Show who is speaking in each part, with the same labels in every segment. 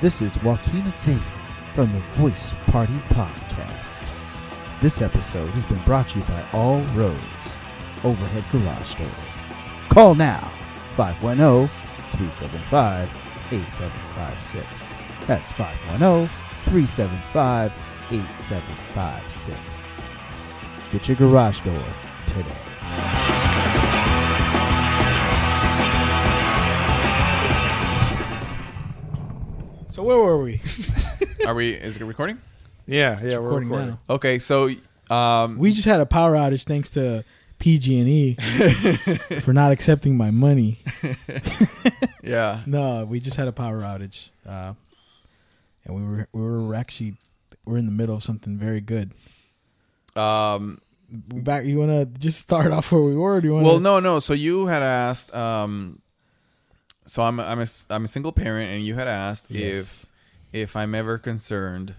Speaker 1: This is Joaquin Xavier from the Voice Party Podcast. This episode has been brought to you by All Roads, overhead garage doors. Call now oh, 510 375 8756. That's oh, 510 375 8756. Get your garage door today.
Speaker 2: So where were we?
Speaker 3: Are we? Is it recording?
Speaker 4: Yeah, yeah, we're
Speaker 2: recording
Speaker 4: recording.
Speaker 2: now.
Speaker 3: Okay, so um,
Speaker 2: We just had a power outage thanks to PG&E E for not accepting my money.
Speaker 3: yeah,
Speaker 2: No, we just had a power outage, uh, and we were we were actually we're in the middle of something very good.
Speaker 3: um,
Speaker 2: Back, you want to just start off where we were? Or do you want?
Speaker 3: well, no, no. So you had asked. Um, so I'm I'm a s- I'm a single parent, and you had asked
Speaker 2: Yes.
Speaker 3: if if I'm ever concerned.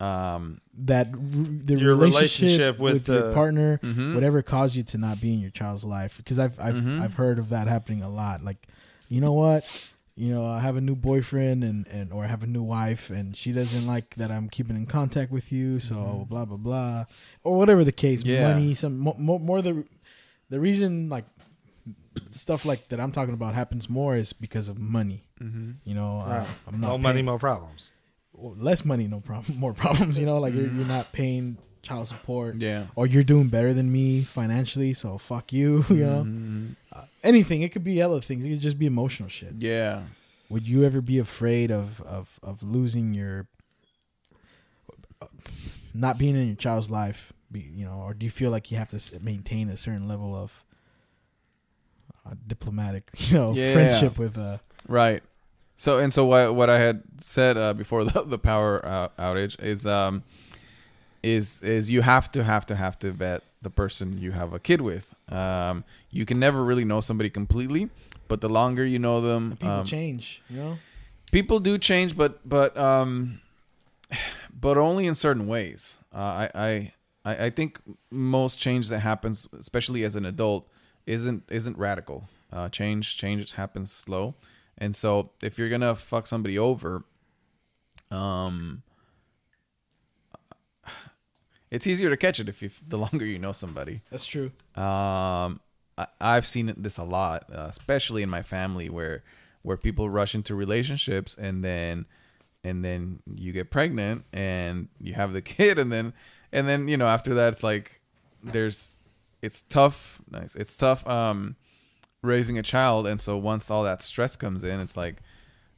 Speaker 3: Um,
Speaker 2: that r- the
Speaker 4: Your
Speaker 2: relationship,
Speaker 4: relationship
Speaker 2: with,
Speaker 4: with
Speaker 2: your
Speaker 4: the-
Speaker 2: partner,
Speaker 4: Mm-hmm. Mm.
Speaker 3: mhm.
Speaker 2: whatever caused you to not be in your child's life, because I've I've
Speaker 3: Mhm.
Speaker 2: I've heard of that happening a lot. Like, you know what, you know, I have a new boyfriend and and or I have a new wife, and she doesn't like that I'm keeping in contact with you, so
Speaker 4: Mm-hmm.
Speaker 2: blah blah blah, or whatever the case.
Speaker 3: Yeah.
Speaker 2: Money, some mo- mo- more the the reason like stuff like that I'm talking about happens more is because of money.
Speaker 3: mhm.
Speaker 4: Mm-hmm.
Speaker 2: You know, I-
Speaker 4: Right.
Speaker 2: I'm not
Speaker 4: No money,
Speaker 2: paying-
Speaker 4: no problems.
Speaker 2: well, less money, no problem, more problems. You know, like you're,
Speaker 4: Mm-hmm.
Speaker 2: you're not paying child support,
Speaker 3: Yeah.
Speaker 2: or you're doing better than me financially, so fuck you. You know,
Speaker 3: Mhm.
Speaker 2: Uh, anything. It could be other things. It could just be emotional shit.
Speaker 3: Yeah.
Speaker 2: Would you ever be afraid of of of losing your, not being in your child's life? Be, you know, or do you feel like you have to s- maintain a certain level of uh, diplomatic, you know,
Speaker 3: Yeah.
Speaker 2: friendship with uh
Speaker 3: Right. So and so what what I had said uh, before the, the power uh, outage is um is is you have to have to have to vet the person you have a kid with. Um, you can never really know somebody completely, but the longer you know them,
Speaker 2: people
Speaker 3: um,
Speaker 2: change? You know,
Speaker 3: people do change, but but um, but only in certain ways. Uh, I I I I think most change that happens, especially as an adult, isn't isn't radical. Uh, change change happens slow, and so if you're gonna fuck somebody over, um, it's easier to catch it if you the longer you know somebody.
Speaker 2: that's true.
Speaker 3: Um, I, I've seen this a lot, uh, especially in my family, where where people rush into relationships and then and then you get pregnant and you have the kid and then and then you know after that it's like there's it's tough nice it's tough um raising a child and so once all that stress comes in it's like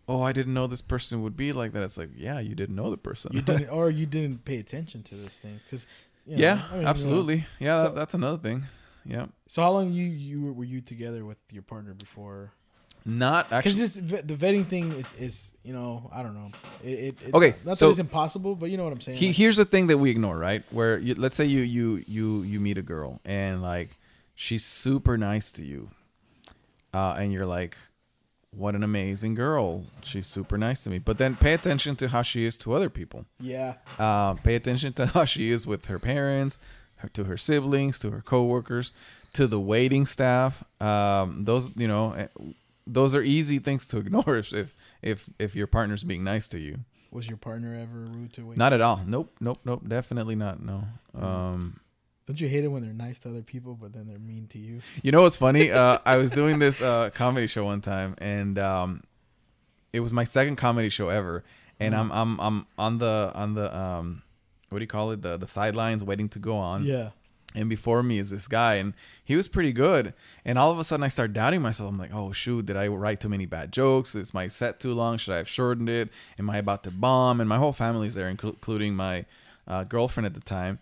Speaker 3: oh i didn't know this person would be like that it's like yeah you didn't know the person
Speaker 2: you didn't or you didn't pay attention to this thing because you know,
Speaker 3: yeah
Speaker 2: I mean, you know.
Speaker 3: absolutely yeah
Speaker 2: So-
Speaker 3: that, that's another thing yeah
Speaker 2: so how long you you were- were you together with your partner before
Speaker 3: not actually
Speaker 2: because this ve- the vetting thing is is you know i don't know it, it, it
Speaker 3: Okay,
Speaker 2: not
Speaker 3: so-
Speaker 2: that it's impossible but you know what i'm saying
Speaker 3: He,
Speaker 2: like,
Speaker 3: here's the thing that we ignore, right? Where you, let's say you you you you meet a girl and like she's super nice to you, uh, and you're like, "What an amazing girl! She's super nice to me." But then pay attention to how she is to other people.
Speaker 2: yeah
Speaker 3: Uh, pay attention to how she is with her parents, her, to her siblings, to her coworkers, to the waiting staff. Um, those you know, eh, those are easy things to ignore if if if, if your partner's being nice to you.
Speaker 2: was your partner ever rude to wait
Speaker 3: Not at all. Nope, nope, nope. Definitely not. No. Um,
Speaker 2: don't you hate it when they're nice to other people but then they're mean to you
Speaker 3: you know what's funny? Uh, I was doing this uh, comedy show one time, and um, it was my second comedy show ever. And
Speaker 2: Mm-hmm.
Speaker 3: I'm I'm I'm on the on the um, what do you call it? The the sidelines, waiting to go on.
Speaker 2: yeah
Speaker 3: and before me is this guy and he was pretty good and all of a sudden i start doubting myself i'm like oh shoot did i write too many bad jokes is my set too long should i have shortened it am i about to bomb and my whole family's there inclu- including my uh, girlfriend at the time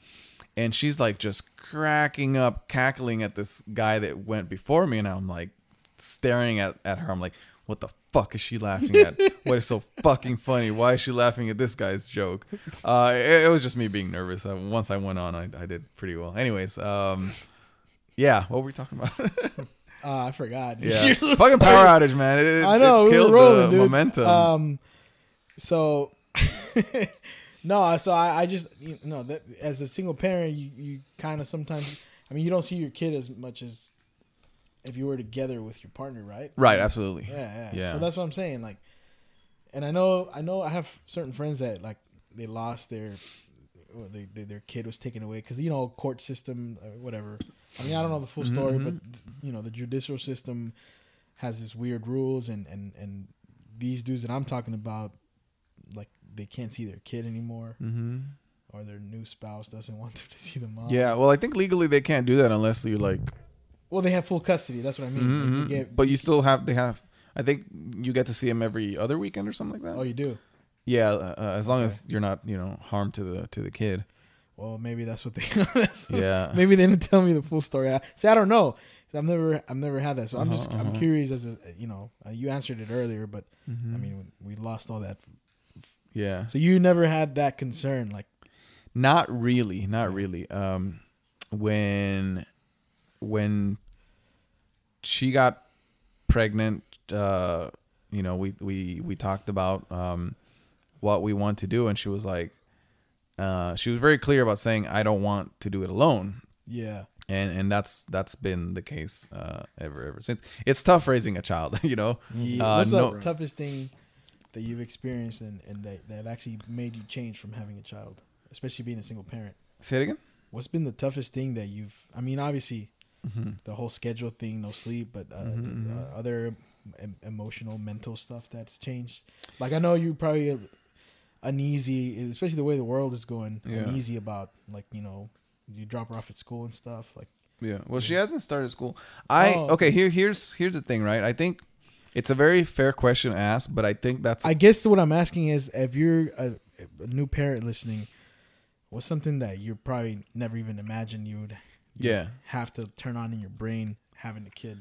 Speaker 3: and she's like just cracking up cackling at this guy that went before me and i'm like staring at, at her i'm like what the fuck is she laughing at what is so fucking funny why is she laughing at this guy's joke uh, it, it was just me being nervous uh, once i went on I, I did pretty well anyways um, yeah what were we talking about
Speaker 2: uh, i forgot
Speaker 3: yeah fucking power outage man it, it-
Speaker 2: I know
Speaker 3: it
Speaker 2: we were
Speaker 3: killed
Speaker 2: rolling,
Speaker 3: the
Speaker 2: dude.
Speaker 3: momentum
Speaker 2: Um, so no, so I, I just you know that as a single parent, you you kind of sometimes, I mean, you don't see your kid as much as if you were together with your partner, right?
Speaker 3: right absolutely
Speaker 2: Yeah, yeah.
Speaker 3: Yeah.
Speaker 2: So that's what I'm saying. Like, and I know I know I have certain friends that like they lost their or they, they, their kid was taken away because you know court system uh, whatever. I mean I don't know the full
Speaker 3: Mm-hmm,
Speaker 2: story, but you know the judicial system has this weird rules and and and these dudes that I'm talking about like they can't see their kid anymore
Speaker 3: Mm-hmm.
Speaker 2: or their new spouse doesn't want them to see the mom.
Speaker 3: Yeah. Well, I think legally they can't do that unless you like.
Speaker 2: Well, they have full custody. That's what I mean. Like,
Speaker 3: Mhm.
Speaker 2: you get-
Speaker 3: but you still have. They have. I think you get to see him every other weekend or something like that.
Speaker 2: oh, you do.
Speaker 3: yeah, uh, uh, as long
Speaker 2: Okay.
Speaker 3: as you're not, you know, harm to the to the kid.
Speaker 2: Well, maybe that's what they. that's what-
Speaker 3: Yeah.
Speaker 2: Maybe they didn't tell me the full story. I, see, I don't know. 'Cause I've never, I've never had that. So I'm just,
Speaker 3: Uh-huh,
Speaker 2: I'm
Speaker 3: uh-huh.
Speaker 2: curious as a, you know, uh, you answered it earlier, but
Speaker 3: Mhm.
Speaker 2: I mean, we lost all that.
Speaker 3: yeah.
Speaker 2: So you never had that concern, like,
Speaker 3: Not really, not really. Um, when when she got pregnant, uh, you know, we we we talked about um what we want to do, and she was like, uh, she was very clear about saying, "I don't want to do it alone,"
Speaker 2: yeah,
Speaker 3: and and that's that's been the case uh, ever ever since. It's tough raising a child, you know.
Speaker 2: yeah.
Speaker 3: Uh,
Speaker 2: What's
Speaker 3: no-
Speaker 2: the toughest thing that you've experienced and and that that actually made you change from having a child, especially being a single parent?
Speaker 3: Say it again.
Speaker 2: What's been the toughest thing that you've? I mean, obviously,
Speaker 3: Mhm.
Speaker 2: the whole schedule thing, no sleep, but uh,
Speaker 3: Mhm, mhm.
Speaker 2: uh, other em- emotional, mental stuff that's changed. Like I know you probably uh, uneasy, especially the way the world is going,
Speaker 3: Yeah.
Speaker 2: uneasy about like you know you drop her off at school and stuff. Like
Speaker 3: Yeah. Well, she hasn't started school. I
Speaker 2: Oh,
Speaker 3: okay. Here, here's here's the thing, right? I think it's a very fair question to ask, but I think that's
Speaker 2: I guess what I'm asking is, if you're a, a new parent listening, what's something that you probably never even imagined you would you
Speaker 3: yeah,
Speaker 2: have to turn on in your brain having a kid?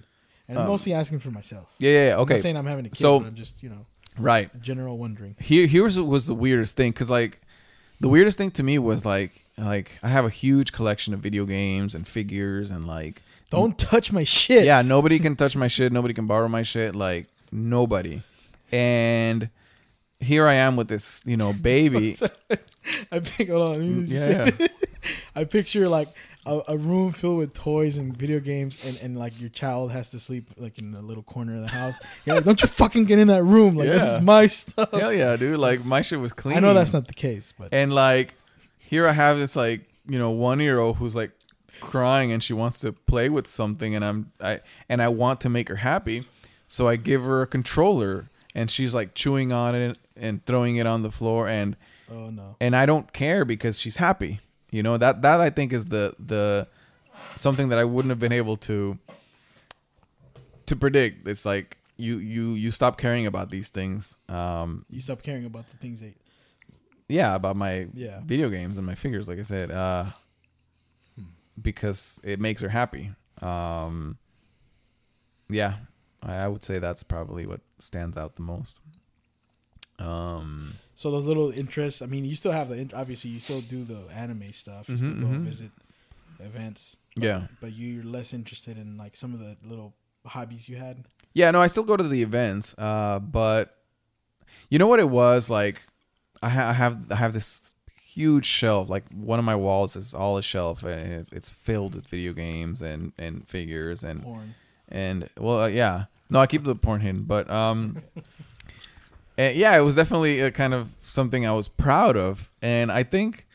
Speaker 2: And I'm
Speaker 3: Um,
Speaker 2: mostly asking for myself.
Speaker 3: yeah, yeah. yeah,
Speaker 2: I'm not
Speaker 3: Okay,
Speaker 2: saying I'm having a kid,
Speaker 3: So-
Speaker 2: but I'm just you know
Speaker 3: right.
Speaker 2: general wondering.
Speaker 3: Here, here's what was the weirdest thing, cause like the weirdest thing to me was like like I have a huge collection of video games and figures and like
Speaker 2: Don't touch my shit.
Speaker 3: yeah, nobody can touch my shit. Nobody can borrow my shit. Like nobody. And here I am with this, you know, baby.
Speaker 2: I pick. Hold on. Let me just say-
Speaker 3: yeah.
Speaker 2: I picture like a, a room filled with toys and video games, and, and like your child has to sleep like in the little corner of the house. Yeah, like, don't you fucking get in that room. Like this
Speaker 3: Yeah.
Speaker 2: is my stuff.
Speaker 3: Hell yeah, dude! Like my shit was clean.
Speaker 2: I know that's not the case, but
Speaker 3: and like here i have this like you know one year old who's like crying and she wants to play with something and i'm i and i want to make her happy so i give her a controller and she's like chewing on it and throwing it on the floor and
Speaker 2: oh no.
Speaker 3: and i don't care because she's happy you know that that i think is the the something that i wouldn't have been able to to predict it's like you you you stop caring about these things um
Speaker 2: You stop caring about the things that.
Speaker 3: yeah about my
Speaker 2: Yeah.
Speaker 3: video games and my fingers like i said uh because it makes her happy um yeah I, I would say that's probably what stands out the most um
Speaker 2: So those little interests. I mean, you still have the. in- Obviously, you still do the anime stuff. You still
Speaker 3: Mhm,
Speaker 2: go
Speaker 3: mhm.
Speaker 2: visit events,
Speaker 3: yeah
Speaker 2: but you, you're less interested in like some of the little hobbies you had.
Speaker 3: yeah no i still go to the events uh but you know what it was like i, ha- I have i have this huge shelf like one of my walls is all a shelf and it- it's filled with video games and and figures and
Speaker 2: Porn.
Speaker 3: and well uh, yeah no i keep the porn hidden but um and yeah it was definitely a kind of something i was proud of and i think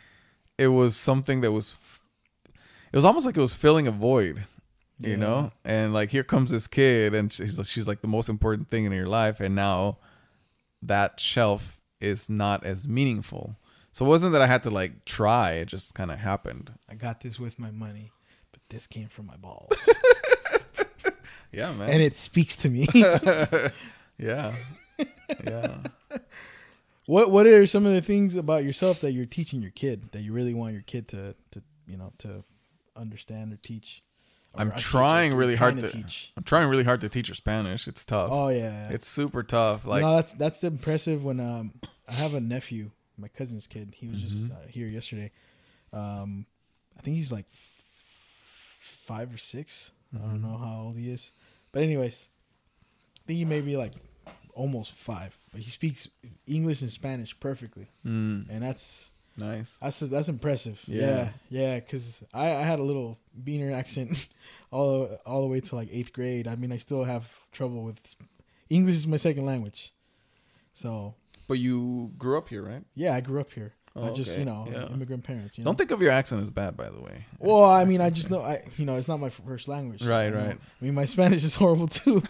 Speaker 3: it was something that was it was almost like it was filling a void you
Speaker 2: Yeah.
Speaker 3: know and like here comes this kid and she's, she's like the most important thing in your life and now that shelf is not as meaningful so it wasn't that i had to like try it just kind of happened
Speaker 2: I got this with my money, but this came from my balls.
Speaker 3: yeah man
Speaker 2: and it speaks to me.
Speaker 3: yeah yeah
Speaker 2: what what are some of the things about yourself that you're teaching your kid that you really want your kid to to you know to understand or teach? Or
Speaker 3: I'm
Speaker 2: teach, or
Speaker 3: trying
Speaker 2: you're
Speaker 3: really hard
Speaker 2: trying
Speaker 3: to- I'm trying really hard to teach her Spanish. It's tough.
Speaker 2: Oh yeah,
Speaker 3: It's super tough. Like,
Speaker 2: no, that's that's impressive. When um, I have a nephew, my cousin's kid. He was just uh, here yesterday. Um, I think he's like f- five or 6 I don't know how old he is, but anyways, I think he may be like almost five. But he speaks English and Spanish perfectly,
Speaker 3: mm,
Speaker 2: and that's
Speaker 3: nice.
Speaker 2: that's that's impressive. Yeah,
Speaker 3: Yeah.
Speaker 2: yeah. Because I, I had a little beaner accent all the- all the way to like eighth grade. I mean, I still have trouble with English is my second language, so
Speaker 3: But you grew up here, right?
Speaker 2: Yeah, I grew up here.
Speaker 3: Oh,
Speaker 2: I just
Speaker 3: okay.
Speaker 2: you know
Speaker 3: Yeah.
Speaker 2: immigrant parents. You know?
Speaker 3: Don't think of your accent as bad, by the way.
Speaker 2: Well, I mean, I just know I you know it's not my first language. so,
Speaker 3: Right,
Speaker 2: you know.
Speaker 3: right.
Speaker 2: I mean, my Spanish is horrible too.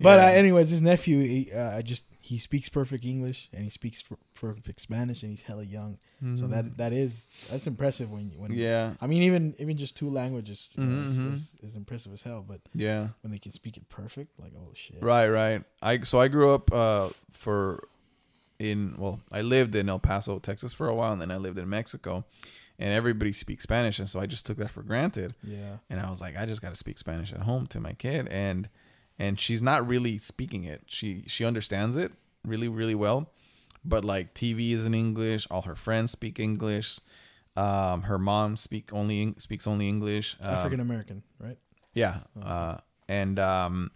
Speaker 2: But uh,
Speaker 3: Yeah.
Speaker 2: anyways, his nephew, he, uh, I just he speaks perfect English and he speaks per- perfect Spanish and he's hella young. So
Speaker 3: Mm.
Speaker 2: that that is that's impressive when you when
Speaker 3: Yeah,
Speaker 2: I mean even even just two languages you know, is-
Speaker 3: Mhm.
Speaker 2: is, is impressive as hell. But
Speaker 3: yeah.
Speaker 2: when they can speak it perfect, like oh shit,
Speaker 3: Right, right. I so I grew up uh for in well, I lived in El Paso, Texas for a while and then I lived in Mexico and everybody speaks Spanish and so I just took that for granted
Speaker 2: Yeah,
Speaker 3: and I was like I just got to speak Spanish at home to my kid and and she's not really speaking it. She she understands it really really well, but like TV is in English, all her friends speak English. Um, her mom speak only Eng- speaks only English. Um,
Speaker 2: African American, right?
Speaker 3: yeah.
Speaker 2: Oh,
Speaker 3: Uh, and um,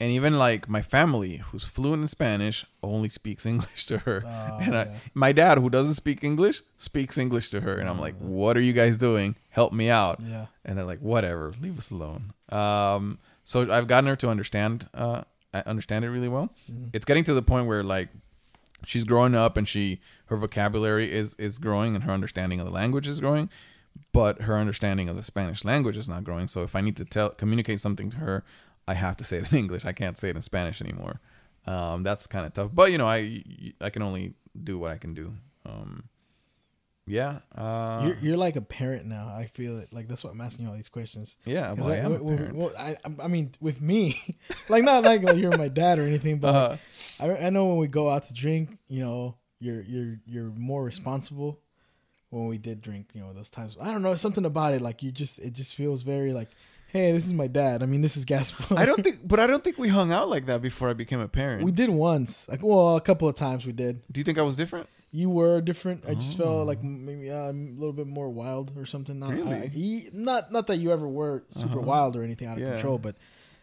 Speaker 3: and even like my family, who's fluent in Spanish, only speaks English to her.
Speaker 2: Oh,
Speaker 3: and I,
Speaker 2: yeah.
Speaker 3: my dad, who doesn't speak English, speaks English to her. And I'm like, "What are you guys doing? Help me out!"
Speaker 2: Oh. Yeah,
Speaker 3: And they're like, "Whatever, leave us alone." Um, so I've gotten her to understand uh, I understand it really well. It's getting to the point where like she's growing up and she her vocabulary is is growing and her understanding of the language is growing but her understanding of the spanish language is not growing so if i need to tell communicate something to her i have to say it in english i can't say it in spanish anymore um, that's kind of tough but you know i i can only do what i can do um, yeah uh,
Speaker 2: you're you're like a parent now. I feel it. Like that's what I'm asking you all these questions.
Speaker 3: yeah
Speaker 2: 'Cause
Speaker 3: Oh, well, I
Speaker 2: like,
Speaker 3: am a
Speaker 2: w- w-
Speaker 3: parent.
Speaker 2: well, I, I mean, with me, like not like, like you're my dad or anything, but
Speaker 3: Uh-huh.
Speaker 2: like, I, I know when we go out to drink, you know, you're you're you're more responsible. When we did drink, you know, those times, I don't know something about it. Like you just, it just feels very like, hey, this is my dad. I mean, this is Gaspar.
Speaker 3: i don't think but i don't think we hung out like that before i became a parent
Speaker 2: we did once, like well, a couple of times we did.
Speaker 3: do you think i was different
Speaker 2: You were different. I just felt like m- maybe uh, I'm a little bit more wild or something. Not,
Speaker 3: Oh. Really?
Speaker 2: I-
Speaker 3: Uh-huh.
Speaker 2: e- not not that you ever were super wild or anything out of
Speaker 3: Yeah.
Speaker 2: control, but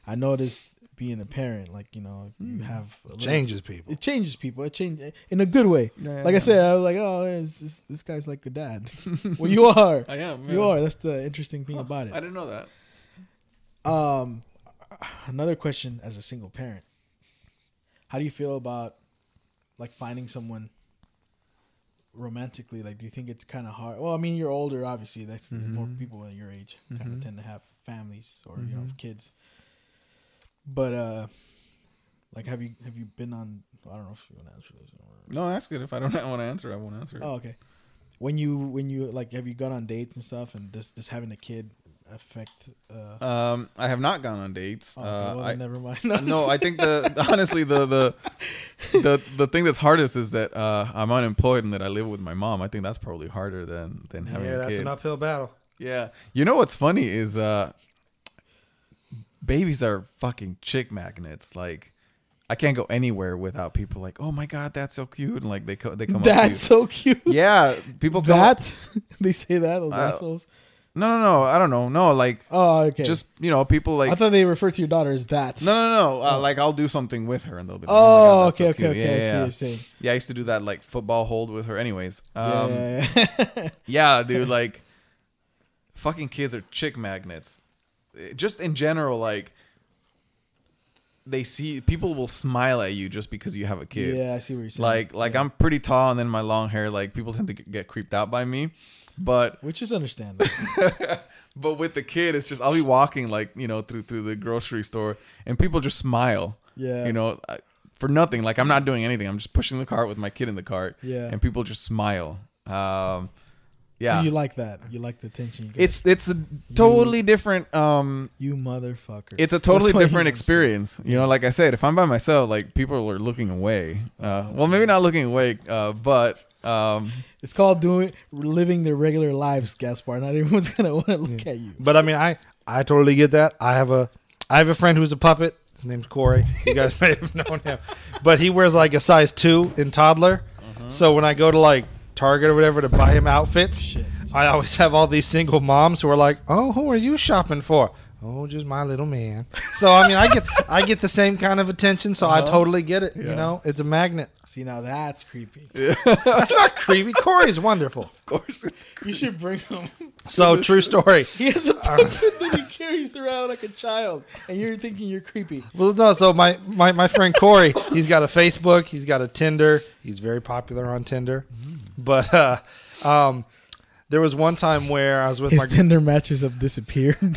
Speaker 2: I noticed being a parent, like you know,
Speaker 3: Hmm.
Speaker 2: you have a little-
Speaker 4: Changes people.
Speaker 2: It changes people. It changes in a good way.
Speaker 3: Yeah, yeah,
Speaker 2: like
Speaker 3: yeah.
Speaker 2: I said, I was like, oh, it's just- this guy's like a dad. well, you are.
Speaker 3: i am
Speaker 2: You are. That's the interesting thing about
Speaker 3: i
Speaker 2: it.
Speaker 3: didn't know that
Speaker 2: Um, another question as a single parent: How do you feel about like finding someone romantically? Like, do you think it's kind of hard? Well, I mean, you're older, obviously. That's more
Speaker 3: Mm-hmm.
Speaker 2: people at your age kind of tend to have families or you know kids. But uh, like, have you have you been on? I don't know if you want to answer this. Or,
Speaker 3: no that's good if i don't want to answer i won't answer it.
Speaker 2: Oh, okay. When you when you like, have you gone on dates and stuff? And does does having a kid affect? Uh,
Speaker 3: Um, I have not gone on dates.
Speaker 2: oh, okay,
Speaker 3: uh,
Speaker 2: well,
Speaker 3: I,
Speaker 2: then never mind.
Speaker 3: no, I think the honestly the the the the thing that's hardest is that uh, I'm unemployed and that I live with my mom. I think that's probably harder than than having
Speaker 4: Yeah,
Speaker 3: a
Speaker 4: that's
Speaker 3: kid.
Speaker 4: an uphill battle.
Speaker 3: Yeah, you know what's funny is uh, babies are fucking chick magnets. Like, I can't go anywhere without people like, oh my god, that's so cute, and like they co- they come
Speaker 2: That's so cute.
Speaker 3: up to you. Yeah, people come up-
Speaker 2: That they say that those
Speaker 3: Uh,
Speaker 2: assholes.
Speaker 3: No, no, no. I don't know. No, like
Speaker 2: Oh, okay.
Speaker 3: just you know, people like
Speaker 2: I thought they referred to your daughter as that.
Speaker 3: No, no, no. Uh, like I'll do something with her, and they'll be like,
Speaker 2: Oh,
Speaker 3: my God, that's
Speaker 2: okay,
Speaker 3: so
Speaker 2: okay,
Speaker 3: cute."
Speaker 2: okay. I see
Speaker 3: Yeah, yeah,
Speaker 2: what
Speaker 3: yeah.
Speaker 2: you're saying.
Speaker 3: Yeah, I used to do that like football hold with her. Anyways, um, yeah,
Speaker 2: yeah, yeah, yeah.
Speaker 3: dude, like fucking kids are chick magnets. Eh, Just in general, like they see people will smile at you just because you have a kid.
Speaker 2: Yeah, I see what you're saying.
Speaker 3: Like, like I'm pretty tall, and then my long hair, like people tend to g- get creeped out by me. But
Speaker 2: which is understandable.
Speaker 3: but with the kid, it's just I'll be walking like you know through through the grocery store, and people just smile.
Speaker 2: Yeah.
Speaker 3: you know, I- for nothing. Like I'm not doing anything. I'm just pushing the cart with my kid in the cart.
Speaker 2: Yeah.
Speaker 3: and people just smile. Um, yeah,
Speaker 2: so you like that. You like the attention. You get.
Speaker 3: it's it's a totally different. Um,
Speaker 2: you motherfucker.
Speaker 3: it's a
Speaker 2: That's
Speaker 3: totally
Speaker 2: what he wants
Speaker 3: different
Speaker 2: to-
Speaker 3: experience. You know, like I said, if I'm by myself, like people are looking away. Uh, well, maybe not looking away, uh, but um,
Speaker 2: It's called doing living their regular lives, Gaspar. Not everyone's gonna want to look at you.
Speaker 4: But I mean, I I totally get that. I have a I have a friend who's a puppet. His name's Corey. You guys may have known him, but he wears like a size two in toddler. So when I go to like Target or whatever to buy him outfits,
Speaker 2: Shit.
Speaker 4: I always have all these single moms who are like, "Oh, who are you shopping for?" Oh, just my little man. So I mean, I get I get the same kind of attention. So I totally get it.
Speaker 3: Yeah.
Speaker 4: You know, it's a magnet.
Speaker 2: See, now that's creepy.
Speaker 4: That's not creepy. Corey's wonderful.
Speaker 3: Of course, it's
Speaker 2: You should bring him.
Speaker 4: So true story.
Speaker 2: He has a puppet that he carries around like a child, and you're thinking you're creepy.
Speaker 4: Well, no. So my, my my friend Corey, he's got a Facebook, he's got a Tinder, he's very popular on Tinder. But uh, um, there was one time where I was with
Speaker 2: His
Speaker 4: my
Speaker 2: Tinder matches have disappeared.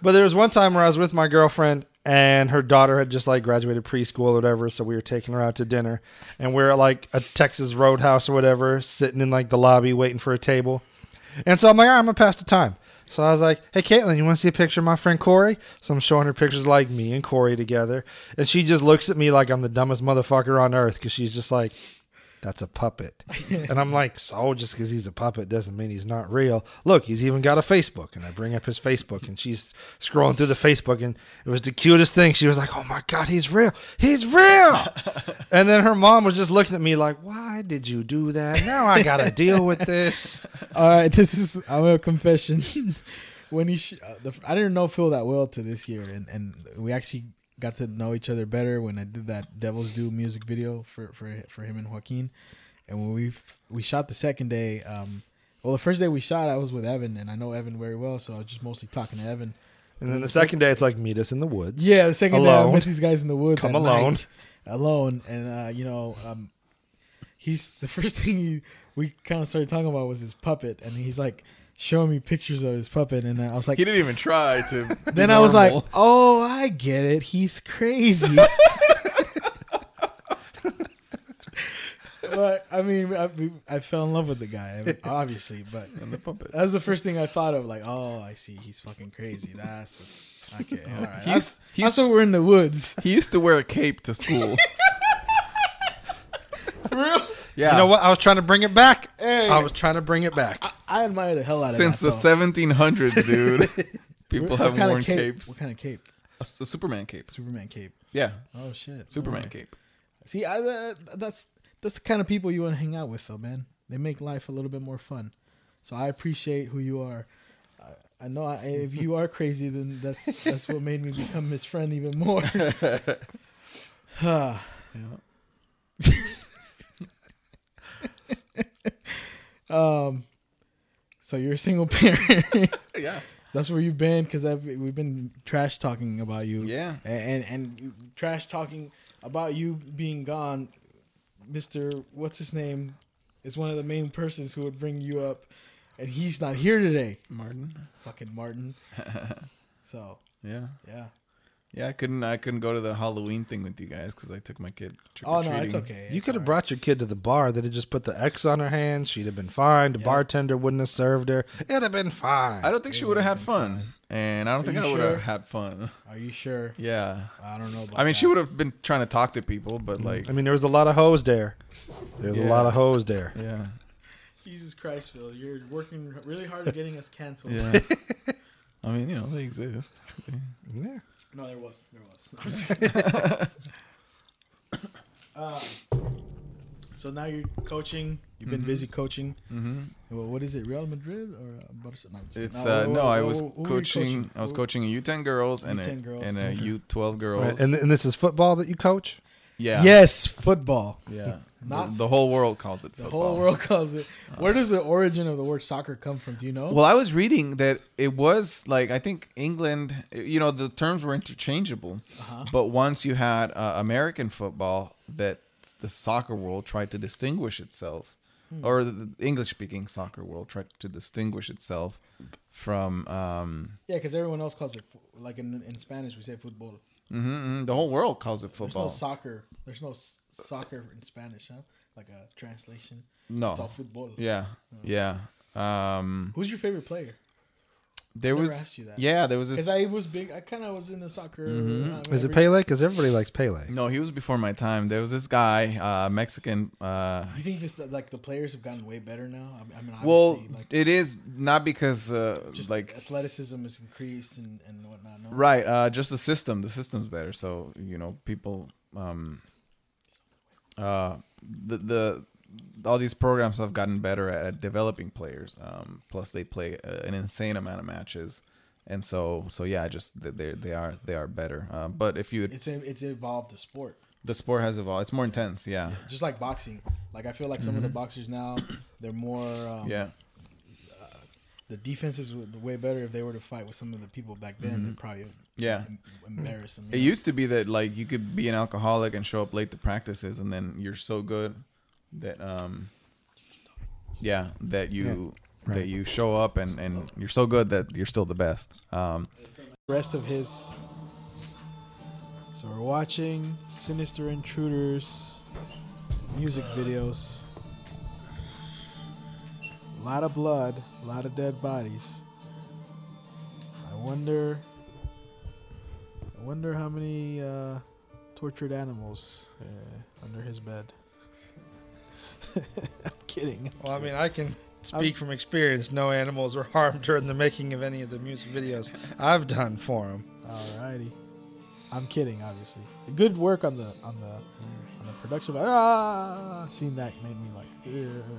Speaker 4: But there was one time where I was with my girlfriend and her daughter had just like graduated preschool or whatever, so we were taking her out to dinner and we are at like a Texas roadhouse or whatever, sitting in like the lobby waiting for a table. And so I'm like, all right, I'm gonna pass the time. So I was like, hey Caitlin, you wanna see a picture of my friend Corey? So I'm showing her pictures of, like me and Corey together. And she just looks at me like I'm the dumbest motherfucker on earth because she's just like that's a puppet. and I'm like, so just because he's a puppet doesn't mean he's not real. Look, he's even got a Facebook. And I bring up his Facebook and she's scrolling through the Facebook and it was the cutest thing. She was like, oh my God, he's real. He's real. and then her mom was just looking at me like, why did you do that? Now I got to deal with this.
Speaker 2: All right, this is I will confession. when he, sh- uh, the, I didn't know Phil that well to this year, and and we actually got to know each other better when I did that Devil's Due music video for for for him and Joaquin, and when we f- we shot the second day, um, well the first day we shot I was with Evan, and I know Evan very well, so I was just mostly talking to Evan.
Speaker 4: And then the second day, it's like, meet us in the woods.
Speaker 2: Yeah, the second day I
Speaker 4: Alone.
Speaker 2: met these guys in the woods.
Speaker 4: Come
Speaker 2: at
Speaker 4: alone.
Speaker 2: night, alone, and uh, you know, um, he's the first thing he, we kind of started talking about was his puppet, and he's like showing me pictures of his puppet, and I was like,
Speaker 3: He didn't even try to. be
Speaker 2: then I was like,
Speaker 3: normal.
Speaker 2: oh, I get it. He's crazy. but I mean, I, I fell in love with the guy, I mean, obviously, but.
Speaker 3: And the puppet.
Speaker 2: That was the first thing I thought of. Like, oh, I see, he's fucking crazy. That's what's okay. All right,
Speaker 3: He's-
Speaker 2: that's,
Speaker 3: he's-
Speaker 2: that's what we're in the woods.
Speaker 3: He used to wear a cape to school.
Speaker 2: Real?
Speaker 3: Yeah.
Speaker 4: You know what? I was trying to bring it back.
Speaker 2: Hey.
Speaker 4: I was trying to bring it back.
Speaker 2: I admire the hell out
Speaker 3: Since the
Speaker 2: of that. though.
Speaker 3: 1700s, dude, people
Speaker 2: What
Speaker 3: have
Speaker 2: kind of
Speaker 3: worn
Speaker 2: cape?
Speaker 3: capes.
Speaker 2: What kind of cape?
Speaker 3: A, s- a Superman cape.
Speaker 2: Superman cape.
Speaker 3: Yeah,
Speaker 2: Oh shit.
Speaker 3: Superman
Speaker 2: Oh.
Speaker 3: cape.
Speaker 2: See, I, uh, that's that's the kind of people you want to hang out with, though, man. They make life a little bit more fun. So I appreciate who you are. I, I know I, if you are crazy, then that's that's what made me become his friend even more. Ah. um. So you're a single parent.
Speaker 3: Yeah,
Speaker 2: That's where you've been because we've been trash talking about you.
Speaker 3: Yeah.
Speaker 2: and and, and trash talking about you being gone. Mister, what's his name? Is one of the main persons who would bring you up, and he's not here today.
Speaker 3: Martin.
Speaker 2: Fucking Martin. so
Speaker 3: Yeah,
Speaker 2: yeah.
Speaker 3: yeah. I couldn't. I couldn't go to the Halloween thing with you guys because I took my kid.
Speaker 2: Oh no, it's
Speaker 3: trick-or-treating.
Speaker 2: okay.
Speaker 4: You
Speaker 2: It's
Speaker 4: could have
Speaker 2: all
Speaker 4: brought your kid to the bar. They'd have just put the X on her hand. She'd have been fine. The bartender wouldn't have served her. It'd have been fine.
Speaker 3: I don't think she would have had fun, and I don't think
Speaker 2: you
Speaker 3: I would have
Speaker 2: sure?
Speaker 3: had fun.
Speaker 2: right. Are you sure?
Speaker 3: Yeah,
Speaker 2: I don't know. About
Speaker 3: I mean,
Speaker 2: that. Mm.
Speaker 3: she would have been trying to talk to people, but like,
Speaker 4: I mean, there was a lot of hoes there. There's a
Speaker 3: Yeah.
Speaker 4: lot of hoes there.
Speaker 3: yeah,
Speaker 2: Jesus Christ, Phil, you're working really hard at getting us canceled.
Speaker 3: yeah. I mean, you know, they exist.
Speaker 4: Yeah.
Speaker 2: No, there was. There was. No, I'm just kidding. Um, so now you're coaching. You've been busy coaching.
Speaker 3: Mm-hmm.
Speaker 2: Well, what is it? Real Madrid or uh, Barcelona? I'm just-
Speaker 3: It's
Speaker 2: No,
Speaker 3: uh,
Speaker 2: who-
Speaker 3: no, I
Speaker 2: who-
Speaker 3: was
Speaker 2: who were you
Speaker 3: coaching. I was
Speaker 2: Who-
Speaker 3: coaching a U10 girls and a
Speaker 2: U10 girls,
Speaker 3: and
Speaker 2: okay.
Speaker 3: a U12 girls.
Speaker 4: Right. And, and this is football that you coach?
Speaker 3: yeah,
Speaker 2: Yes, football.
Speaker 3: yeah.
Speaker 2: Not-
Speaker 3: the, the whole world calls it
Speaker 2: The
Speaker 3: football. Uh.
Speaker 2: whole world calls it. Where does the origin of the word soccer come from? Do you know?
Speaker 3: Well, I was reading that it was like I think England. You know, the terms were interchangeable,
Speaker 2: Uh-huh.
Speaker 3: but once you had uh, American football, that the soccer world tried to distinguish itself,
Speaker 2: Hmm.
Speaker 3: or the English-speaking soccer world tried to distinguish itself from um,
Speaker 2: yeah, because everyone else calls it fo- like in, in Spanish we say football.
Speaker 3: mhm, mhm, the whole world calls it
Speaker 2: There's no
Speaker 3: football.
Speaker 2: soccer. There's no s- soccer in Spanish, huh? Like a translation.
Speaker 3: No,
Speaker 2: It's all football.
Speaker 3: Uh.
Speaker 2: Hmm.
Speaker 3: yeah, yeah. Um,
Speaker 2: Who's your favorite player?
Speaker 3: there
Speaker 2: never
Speaker 3: was
Speaker 2: asked you that.
Speaker 3: yeah, there was
Speaker 2: Because
Speaker 3: this.
Speaker 2: I was big. I kind of was in the soccer.
Speaker 3: Mm-hmm.
Speaker 2: I mean,
Speaker 4: Is it
Speaker 2: every-
Speaker 4: Pele? Because everybody likes Pele.
Speaker 3: no, he was before my time. There was this guy, uh, Mexican. Uh,
Speaker 2: You think this like the players have gotten way better now? I mean, I mean obviously,
Speaker 3: Well,
Speaker 2: like
Speaker 3: it is not because uh,
Speaker 2: just like
Speaker 3: like
Speaker 2: athleticism is increased and and whatnot. No?
Speaker 3: right, uh, just the system. The system's better, so you know people. Um, uh, the the all these programs have gotten better at developing players. Um, plus they play uh, an insane amount of matches, and so so yeah, just th- they they are they are better. Uh, but if you had
Speaker 2: It's a, it's e-, evolved the sport.
Speaker 3: The sport has evolved. It's more intense. Yeah.
Speaker 2: Just like boxing. Like I feel like some of the boxers now, they're more. Um,
Speaker 3: Mm-hmm. Yeah.
Speaker 2: The defenses were way better if they were to fight with some of the people back then.
Speaker 3: Mm-hmm.
Speaker 2: They'd probably
Speaker 3: Yeah.
Speaker 2: em- embarrass them.
Speaker 3: It used to be that like you could be an alcoholic and show up late to practices, and then you're so good that um, yeah, that you that you show up and and you're so good that you're still the best. Um,
Speaker 2: rest of his. So we're watching Sinister Intruders music videos. A lot of blood, a lot of dead bodies. I wonder. I wonder how many uh, tortured animals uh, under his bed. I'm kidding.
Speaker 4: Well, I mean, I can speak from experience. No animals were harmed during the making of any of the music videos I've done for them.
Speaker 2: Alrighty. I'm kidding, obviously. Good work on the on the on the production. But ah, seeing that made me like. "Ugh."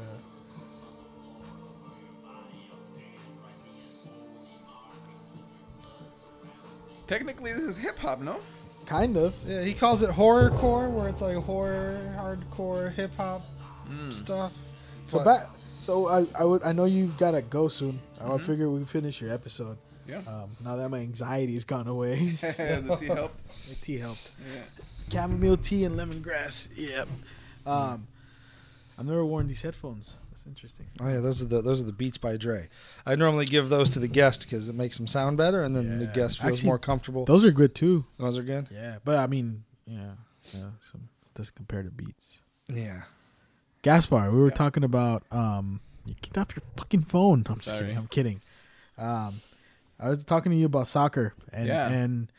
Speaker 3: technically, this is hip hop, no?
Speaker 2: Kind of.
Speaker 4: Yeah, he calls it horrorcore, where it's like horror, hardcore, hip hop stuff.
Speaker 2: So
Speaker 4: What?
Speaker 2: back. So I I would I know you gotta go soon. I figure we finish your episode.
Speaker 3: Yeah.
Speaker 2: Um, now that my anxiety's gone away,
Speaker 3: the tea helped.
Speaker 2: my tea helped.
Speaker 3: Yeah.
Speaker 2: Chamomile tea and lemongrass. Yep. Um, I've never worn these headphones. That's interesting.
Speaker 4: Oh yeah, those are the those are the Beats by Dre. I normally give those to the guest because it makes them sound better, and then the
Speaker 2: Yeah.
Speaker 4: guest feels
Speaker 2: Actually,
Speaker 4: more comfortable. Those,
Speaker 2: Those are good too.
Speaker 4: are good.
Speaker 2: Yeah, but I mean, yeah, yeah. So doesn't compare to Beats.
Speaker 4: Yeah.
Speaker 2: Gaspar, we were talking about um you get off your fucking phone. I'm just
Speaker 3: Sorry.
Speaker 2: kidding. I'm kidding. Um I was talking to you about soccer and
Speaker 3: Yeah.
Speaker 2: and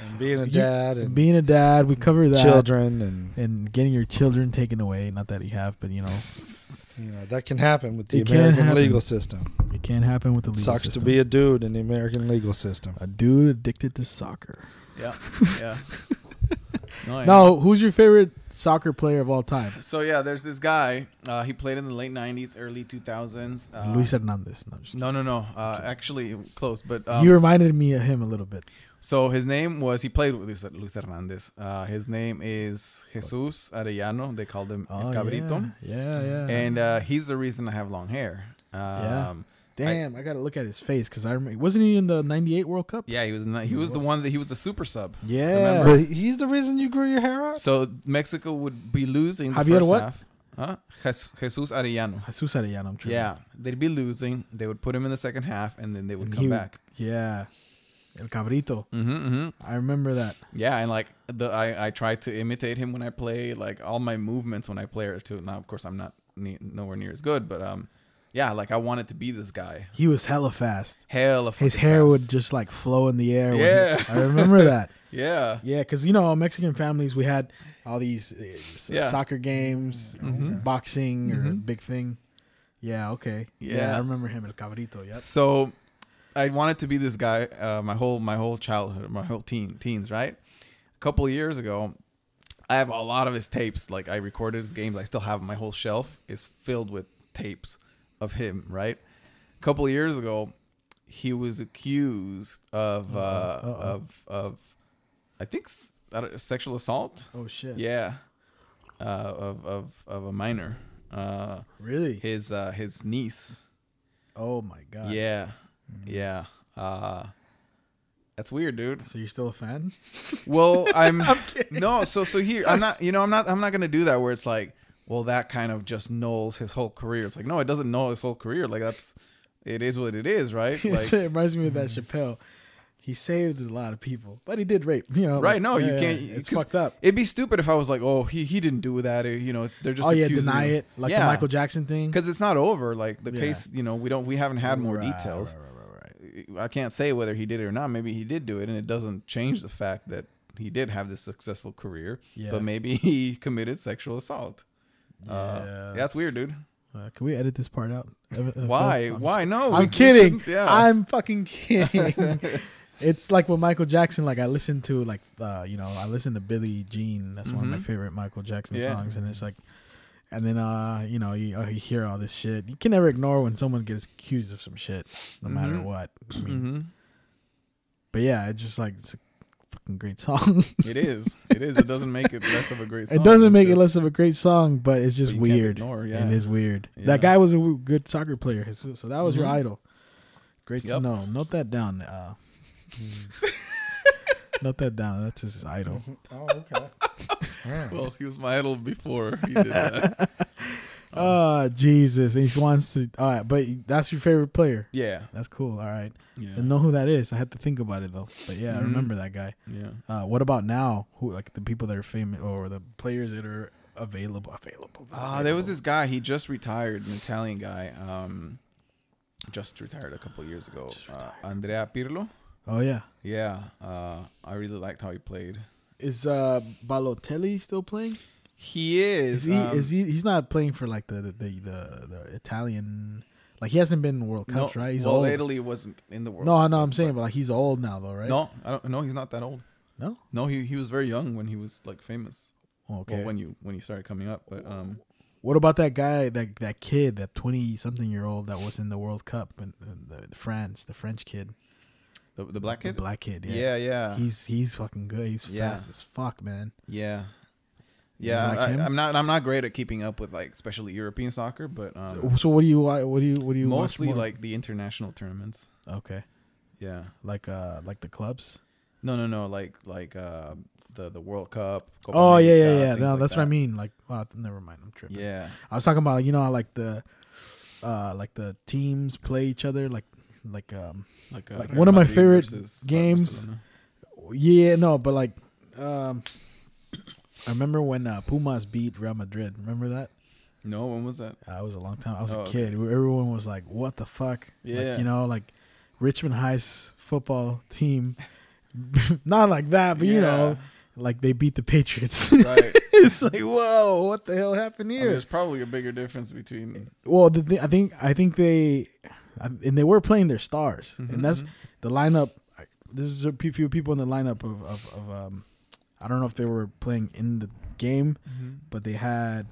Speaker 4: And being a
Speaker 2: You-
Speaker 4: dad and
Speaker 2: being a dad, we cover that
Speaker 4: children, and
Speaker 2: and getting your children taken away, not that you have, but you know,
Speaker 4: you know that can happen with the
Speaker 2: It can
Speaker 4: American
Speaker 2: happen.
Speaker 4: legal system.
Speaker 2: it can't happen with the legal
Speaker 4: Sucks
Speaker 2: system.
Speaker 4: to be a dude in the American legal system.
Speaker 2: a dude addicted to soccer.
Speaker 3: Yeah. Yeah. No, I-
Speaker 2: No, who's your favorite soccer player of all time?
Speaker 3: So yeah, there's this guy. Uh, he played in the late '90s, early 2000s. Uh,
Speaker 2: Luis Hernandez. No, I'm just-
Speaker 3: No, no, no. Uh, actually, close, but um,
Speaker 2: you reminded me of him a little bit.
Speaker 3: So his name was he played with Luis, Luis Hernandez. Uh, his name is Jesus Arellano. They called him El Cabrito,
Speaker 2: Oh, Yeah, yeah. yeah.
Speaker 3: and uh, he's the reason I have long hair. Um, yeah.
Speaker 2: Damn, I, gotta look at his face because I remember. Wasn't he in the '98 World Cup?
Speaker 3: yeah, he was not, he was the one that he was the super sub.
Speaker 2: Yeah.
Speaker 4: But he's the reason you grew your hair out.
Speaker 3: So Mexico would be losing. The
Speaker 2: Javier
Speaker 3: first
Speaker 2: what?
Speaker 3: Half. Huh? Jes- Jesus Arellano.
Speaker 2: Jesus Arellano, I'm tripping.
Speaker 3: Yeah, they'd be losing. They would put him in the second half, and then they would
Speaker 2: And
Speaker 3: come
Speaker 2: he-
Speaker 3: back.
Speaker 2: Yeah. El Cabrito.
Speaker 3: Mm-hmm, mm-hmm.
Speaker 2: I remember that.
Speaker 3: Yeah, and like the I I try to imitate him when I play, like all my movements when I play are too. Now, of course, I'm not ne- nowhere near as good, but um, yeah, like I wanted to be this guy.
Speaker 2: He was hella fast.
Speaker 3: Hell,
Speaker 2: His hair would just like flow in the air. when he-
Speaker 3: Yeah.
Speaker 2: I remember that.
Speaker 3: Yeah,
Speaker 2: Yeah, because you know, Mexican families, we had all these uh, s-
Speaker 3: Yeah. Mm-hmm.
Speaker 2: soccer games, boxing, or big thing. Yeah, okay. Yeah.
Speaker 3: Yeah.
Speaker 2: I remember him, El Cabrito. Yep.
Speaker 3: So I wanted to be this guy uh, my whole my whole childhood, my whole teen teens, right? A couple of years ago, I have a lot of his tapes. Like I recorded his games. I still have 'em. my whole shelf is filled with tapes of him, right? A couple of years ago, he was accused of uh, of of I think s- I don't- sexual assault.
Speaker 2: Oh, shit.
Speaker 3: Yeah. Uh, of, of of a minor, uh,
Speaker 2: Really?
Speaker 3: his uh, his niece,
Speaker 2: Oh, my God.
Speaker 3: yeah.
Speaker 2: mm-hmm.
Speaker 3: Yeah. Uh That's weird, dude.
Speaker 2: So you're still a fan?
Speaker 3: Well, I'm, No, so so here I'm not you know, I'm not I'm not going to do that where it's like, well that kind of just nulls his whole career. It's like, no, it doesn't null his whole career. Like that's it is what it is, right?
Speaker 2: It's-
Speaker 3: Like
Speaker 2: it reminds me of that Chappelle. He saved a lot of people, but he did rape. You know,
Speaker 3: Right,
Speaker 2: like,
Speaker 3: no, you
Speaker 2: yeah,
Speaker 3: can't.
Speaker 2: yeah, It's
Speaker 3: 'cause
Speaker 2: fucked up.
Speaker 3: It'd be stupid if I was like, "Oh, he he didn't do that." or, You know, it's, they're just
Speaker 2: oh yeah,
Speaker 3: accusing
Speaker 2: deny
Speaker 3: him.
Speaker 2: it, like
Speaker 3: Yeah.
Speaker 2: the Michael Jackson thing.
Speaker 3: because it's not over. Like the
Speaker 2: Yeah.
Speaker 3: case, you know, we don't, we haven't had more
Speaker 2: Right,
Speaker 3: details.
Speaker 2: right, right, right, right.
Speaker 3: I can't say whether he did it or not. Maybe he did do it, and it doesn't change the fact that he did have this successful career.
Speaker 2: Yeah.
Speaker 3: But maybe he committed sexual assault.
Speaker 2: Yeah,
Speaker 3: uh, that's, weird, dude.
Speaker 2: Uh, can we edit this part out? Ev- uh,
Speaker 3: Why?
Speaker 2: Phil? I'm
Speaker 3: Why?
Speaker 2: just-
Speaker 3: No, we-
Speaker 2: I'm
Speaker 3: we
Speaker 2: kidding.
Speaker 3: shouldn't- Yeah.
Speaker 2: I'm fucking kidding. it's like with Michael Jackson. Like I listen to like uh, you know I listen to Billie Jean. That's one of my
Speaker 3: Mhm.
Speaker 2: favorite Michael Jackson
Speaker 3: Yeah.
Speaker 2: songs, and it's like. And then uh, you know, you, uh, you hear all this shit. You can never ignore when someone gets accused of some shit, no matter
Speaker 3: Mhm.
Speaker 2: what. I mean,
Speaker 3: Mhm.
Speaker 2: But yeah, it's just like it's fucking great song.
Speaker 3: It is. It is. It doesn't make it less of a great song.
Speaker 2: it doesn't
Speaker 3: It's
Speaker 2: make it
Speaker 3: just-
Speaker 2: less of a great song, but it's just
Speaker 3: you can't
Speaker 2: weird.
Speaker 3: ignore,
Speaker 2: It
Speaker 3: yeah.
Speaker 2: is weird.
Speaker 3: Yeah.
Speaker 2: That guy was a w- good soccer player, Jesus, so that was your
Speaker 3: Mhm.
Speaker 2: idol. Great to
Speaker 3: Yep.
Speaker 2: know. Note that down. Uh, note that down. That's his idol.
Speaker 4: Oh, okay.
Speaker 3: Well, he was my idol before he did that.
Speaker 2: Oh Jesus! And he wants to. All right, but that's your favorite player.
Speaker 3: yeah.
Speaker 2: That's cool. All right.
Speaker 3: Yeah.
Speaker 2: I know who that is. I had to think about it though. But yeah, I
Speaker 3: Mhm.
Speaker 2: remember that guy.
Speaker 3: yeah.
Speaker 2: Uh, what about now? Who like the people that are famous or the players that are available? Available.
Speaker 3: Uh, there was
Speaker 2: available.
Speaker 3: this guy. He just retired, an Italian guy. Um, just retired a couple years ago. Uh, Andrea Pirlo.
Speaker 2: Oh yeah.
Speaker 3: Yeah. Uh, I really liked how he played.
Speaker 2: Is uh Balotelli still playing?
Speaker 3: He
Speaker 2: Is
Speaker 3: is.
Speaker 2: he?
Speaker 3: um,
Speaker 2: is he? He's not playing for like the the the, the, the Italian. Like he hasn't been in World
Speaker 3: No,
Speaker 2: Cups, right? He's
Speaker 3: well,
Speaker 2: old.
Speaker 3: Italy wasn't in the world.
Speaker 2: no, I know. I'm saying, but like he's old now, though, right?
Speaker 3: No, I don't. No, he's not that old.
Speaker 2: No.
Speaker 3: No, he he was very young when he was like famous.
Speaker 2: Okay.
Speaker 3: Well, when you when he started coming up, but um,
Speaker 2: What about that guy, that that kid, that twenty something year old that was in the World Cup in, in the, France, the French kid,
Speaker 3: the the black
Speaker 2: the
Speaker 3: kid.
Speaker 2: black kid, yeah.
Speaker 3: yeah, yeah,
Speaker 2: He's he's fucking good. He's
Speaker 3: Yeah.
Speaker 2: fast as fuck, man.
Speaker 3: yeah,
Speaker 2: You
Speaker 3: yeah.
Speaker 2: like
Speaker 3: I,
Speaker 2: him?
Speaker 3: I'm not I'm not great at keeping up with like especially European soccer, but um,
Speaker 2: So, so what do you wa- what do you what do you watch
Speaker 3: mostly
Speaker 2: more?
Speaker 3: like the international tournaments.
Speaker 2: okay
Speaker 3: Yeah.
Speaker 2: like uh like the clubs.
Speaker 3: No, no, no. Like like uh the the World Cup. Copa
Speaker 2: Oh yeah yeah
Speaker 3: America,
Speaker 2: yeah.
Speaker 3: things
Speaker 2: No,
Speaker 3: like
Speaker 2: that's what I
Speaker 3: that.
Speaker 2: mean. Like wow, never mind. I'm tripping.
Speaker 3: Yeah.
Speaker 2: I was talking about you know how like the uh like the teams play each other like like um
Speaker 3: Like, uh,
Speaker 2: Like,
Speaker 3: Real
Speaker 2: one of my
Speaker 3: Madrid
Speaker 2: favorite
Speaker 3: versus
Speaker 2: games-
Speaker 3: Barcelona.
Speaker 2: Yeah, no, but like, um, I remember when uh, Pumas beat Real Madrid. Remember that?
Speaker 3: No, when was that?
Speaker 2: Uh, it was a long time. I was
Speaker 3: Oh,
Speaker 2: a
Speaker 3: okay.
Speaker 2: kid. where Everyone was like, "What the fuck?"
Speaker 3: Yeah.
Speaker 2: like, you know, like Richmond High's football team. Not like that, but you know, like they beat the Patriots.
Speaker 3: Yeah, right.
Speaker 2: it's like, whoa, what the hell happened
Speaker 3: I
Speaker 2: here?
Speaker 3: mean, there's probably a bigger difference between
Speaker 2: well, the thi- I think I think they, I- and they were playing their stars,
Speaker 3: Mm-hmm,
Speaker 2: and that's the lineup. I- This is a pe- few people in the lineup of of, of um, I don't know if they were playing in the game, but they had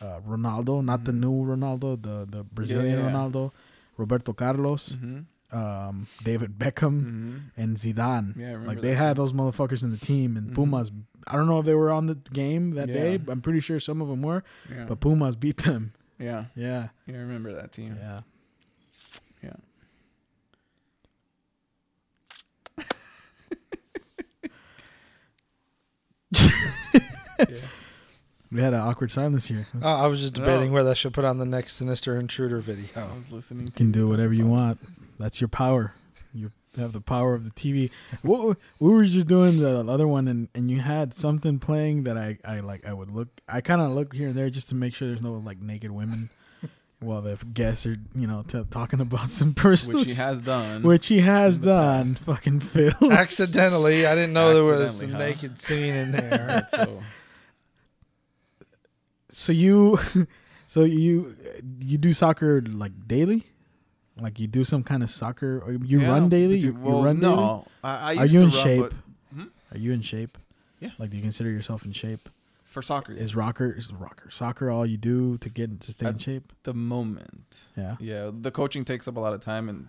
Speaker 2: uh, Ronaldo, not the new Ronaldo, the the Brazilian
Speaker 3: Mm-hmm. yeah, yeah.
Speaker 2: Ronaldo, Roberto Carlos,
Speaker 3: Mm-hmm.
Speaker 2: um, David Beckham, and Zidane.
Speaker 3: Yeah, I remember
Speaker 2: like
Speaker 3: that Mm-hmm.
Speaker 2: they had those motherfuckers in the team, and Pumas. I don't know if they were on the game that
Speaker 3: Yeah.
Speaker 2: day. but I'm pretty sure some of them were,
Speaker 3: Yeah.
Speaker 2: but Pumas beat them.
Speaker 3: yeah,
Speaker 2: Yeah,
Speaker 3: yeah, I remember that team.
Speaker 2: yeah.
Speaker 3: Yeah.
Speaker 2: We had an awkward silence here. Let's-
Speaker 4: Oh, I was just
Speaker 3: No.
Speaker 4: debating whether I should put on the next Sinister Intruder
Speaker 3: I
Speaker 4: video.
Speaker 3: was listening.
Speaker 2: You can do whatever you want. That's your power. You have the power of the TV. What we were just doing the other one, and, and you had something playing that I, I like. I would look. I kind of look here and there just to make sure there's no like naked women. While the guests are you know t- talking about some person,
Speaker 3: which he has done.
Speaker 2: which he has
Speaker 3: in the past.
Speaker 2: done. Fucking Phil.
Speaker 4: Accidentally, I didn't know there was a
Speaker 3: Accidentally, huh?
Speaker 4: naked scene in there.
Speaker 3: so
Speaker 2: so you, so you, you do soccer like daily, like you do some kind of soccer. Or you
Speaker 3: Yeah,
Speaker 2: run daily.
Speaker 3: but
Speaker 2: You, you
Speaker 3: you- well,
Speaker 2: run daily.
Speaker 3: No, I, I
Speaker 2: Are
Speaker 3: used
Speaker 2: you
Speaker 3: to
Speaker 2: in
Speaker 3: run,
Speaker 2: shape?
Speaker 3: but Hmm?
Speaker 2: Are you in shape?
Speaker 3: Yeah.
Speaker 2: Like, do you consider yourself in shape?
Speaker 3: for soccer
Speaker 2: Is rocker is rocker soccer all you do to get to stay in
Speaker 3: Uh,
Speaker 2: shape?
Speaker 3: the moment.
Speaker 2: Yeah.
Speaker 3: Yeah, the coaching takes up a lot of time, and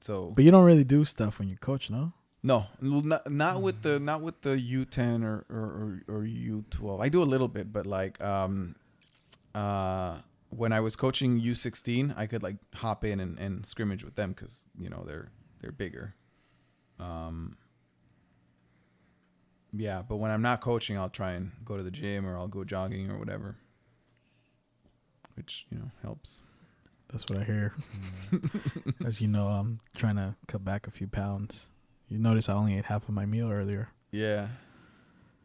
Speaker 3: so
Speaker 2: But you don't really do stuff when you coach, no?
Speaker 3: no, not, not with
Speaker 2: Mm-hmm.
Speaker 3: the not with the U ten or or or U twelve. I do a little bit, but like um, uh, when I was coaching U sixteen, I could like hop in and, and scrimmage with them because you know they're they're bigger. Um. Yeah, but when I'm not coaching, I'll try and go to the gym or I'll go jogging or whatever, which you know helps.
Speaker 2: That's what I hear. As you know, I'm trying to cut back a few pounds. You notice I only ate half of my meal earlier.
Speaker 3: Yeah.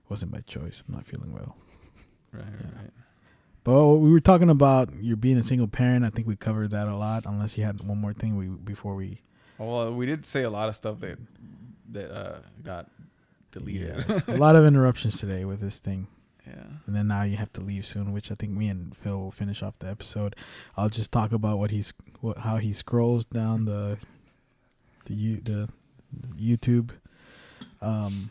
Speaker 2: Wasn't by choice. I'm not feeling well.
Speaker 3: Right. right,
Speaker 2: Yeah.
Speaker 3: Right.
Speaker 2: But we were talking about you being a single parent. I think we covered that a lot. Unless you had one more thing we before we
Speaker 3: Well, we did say a lot of stuff that that uh, got deleted.
Speaker 2: Yes. a lot of interruptions today with this thing.
Speaker 3: yeah.
Speaker 2: and then now you have to leave soon, which I think me and Phil will finish off the episode. I'll just talk about what he's what, how he scrolls down the the you the YouTube. Um,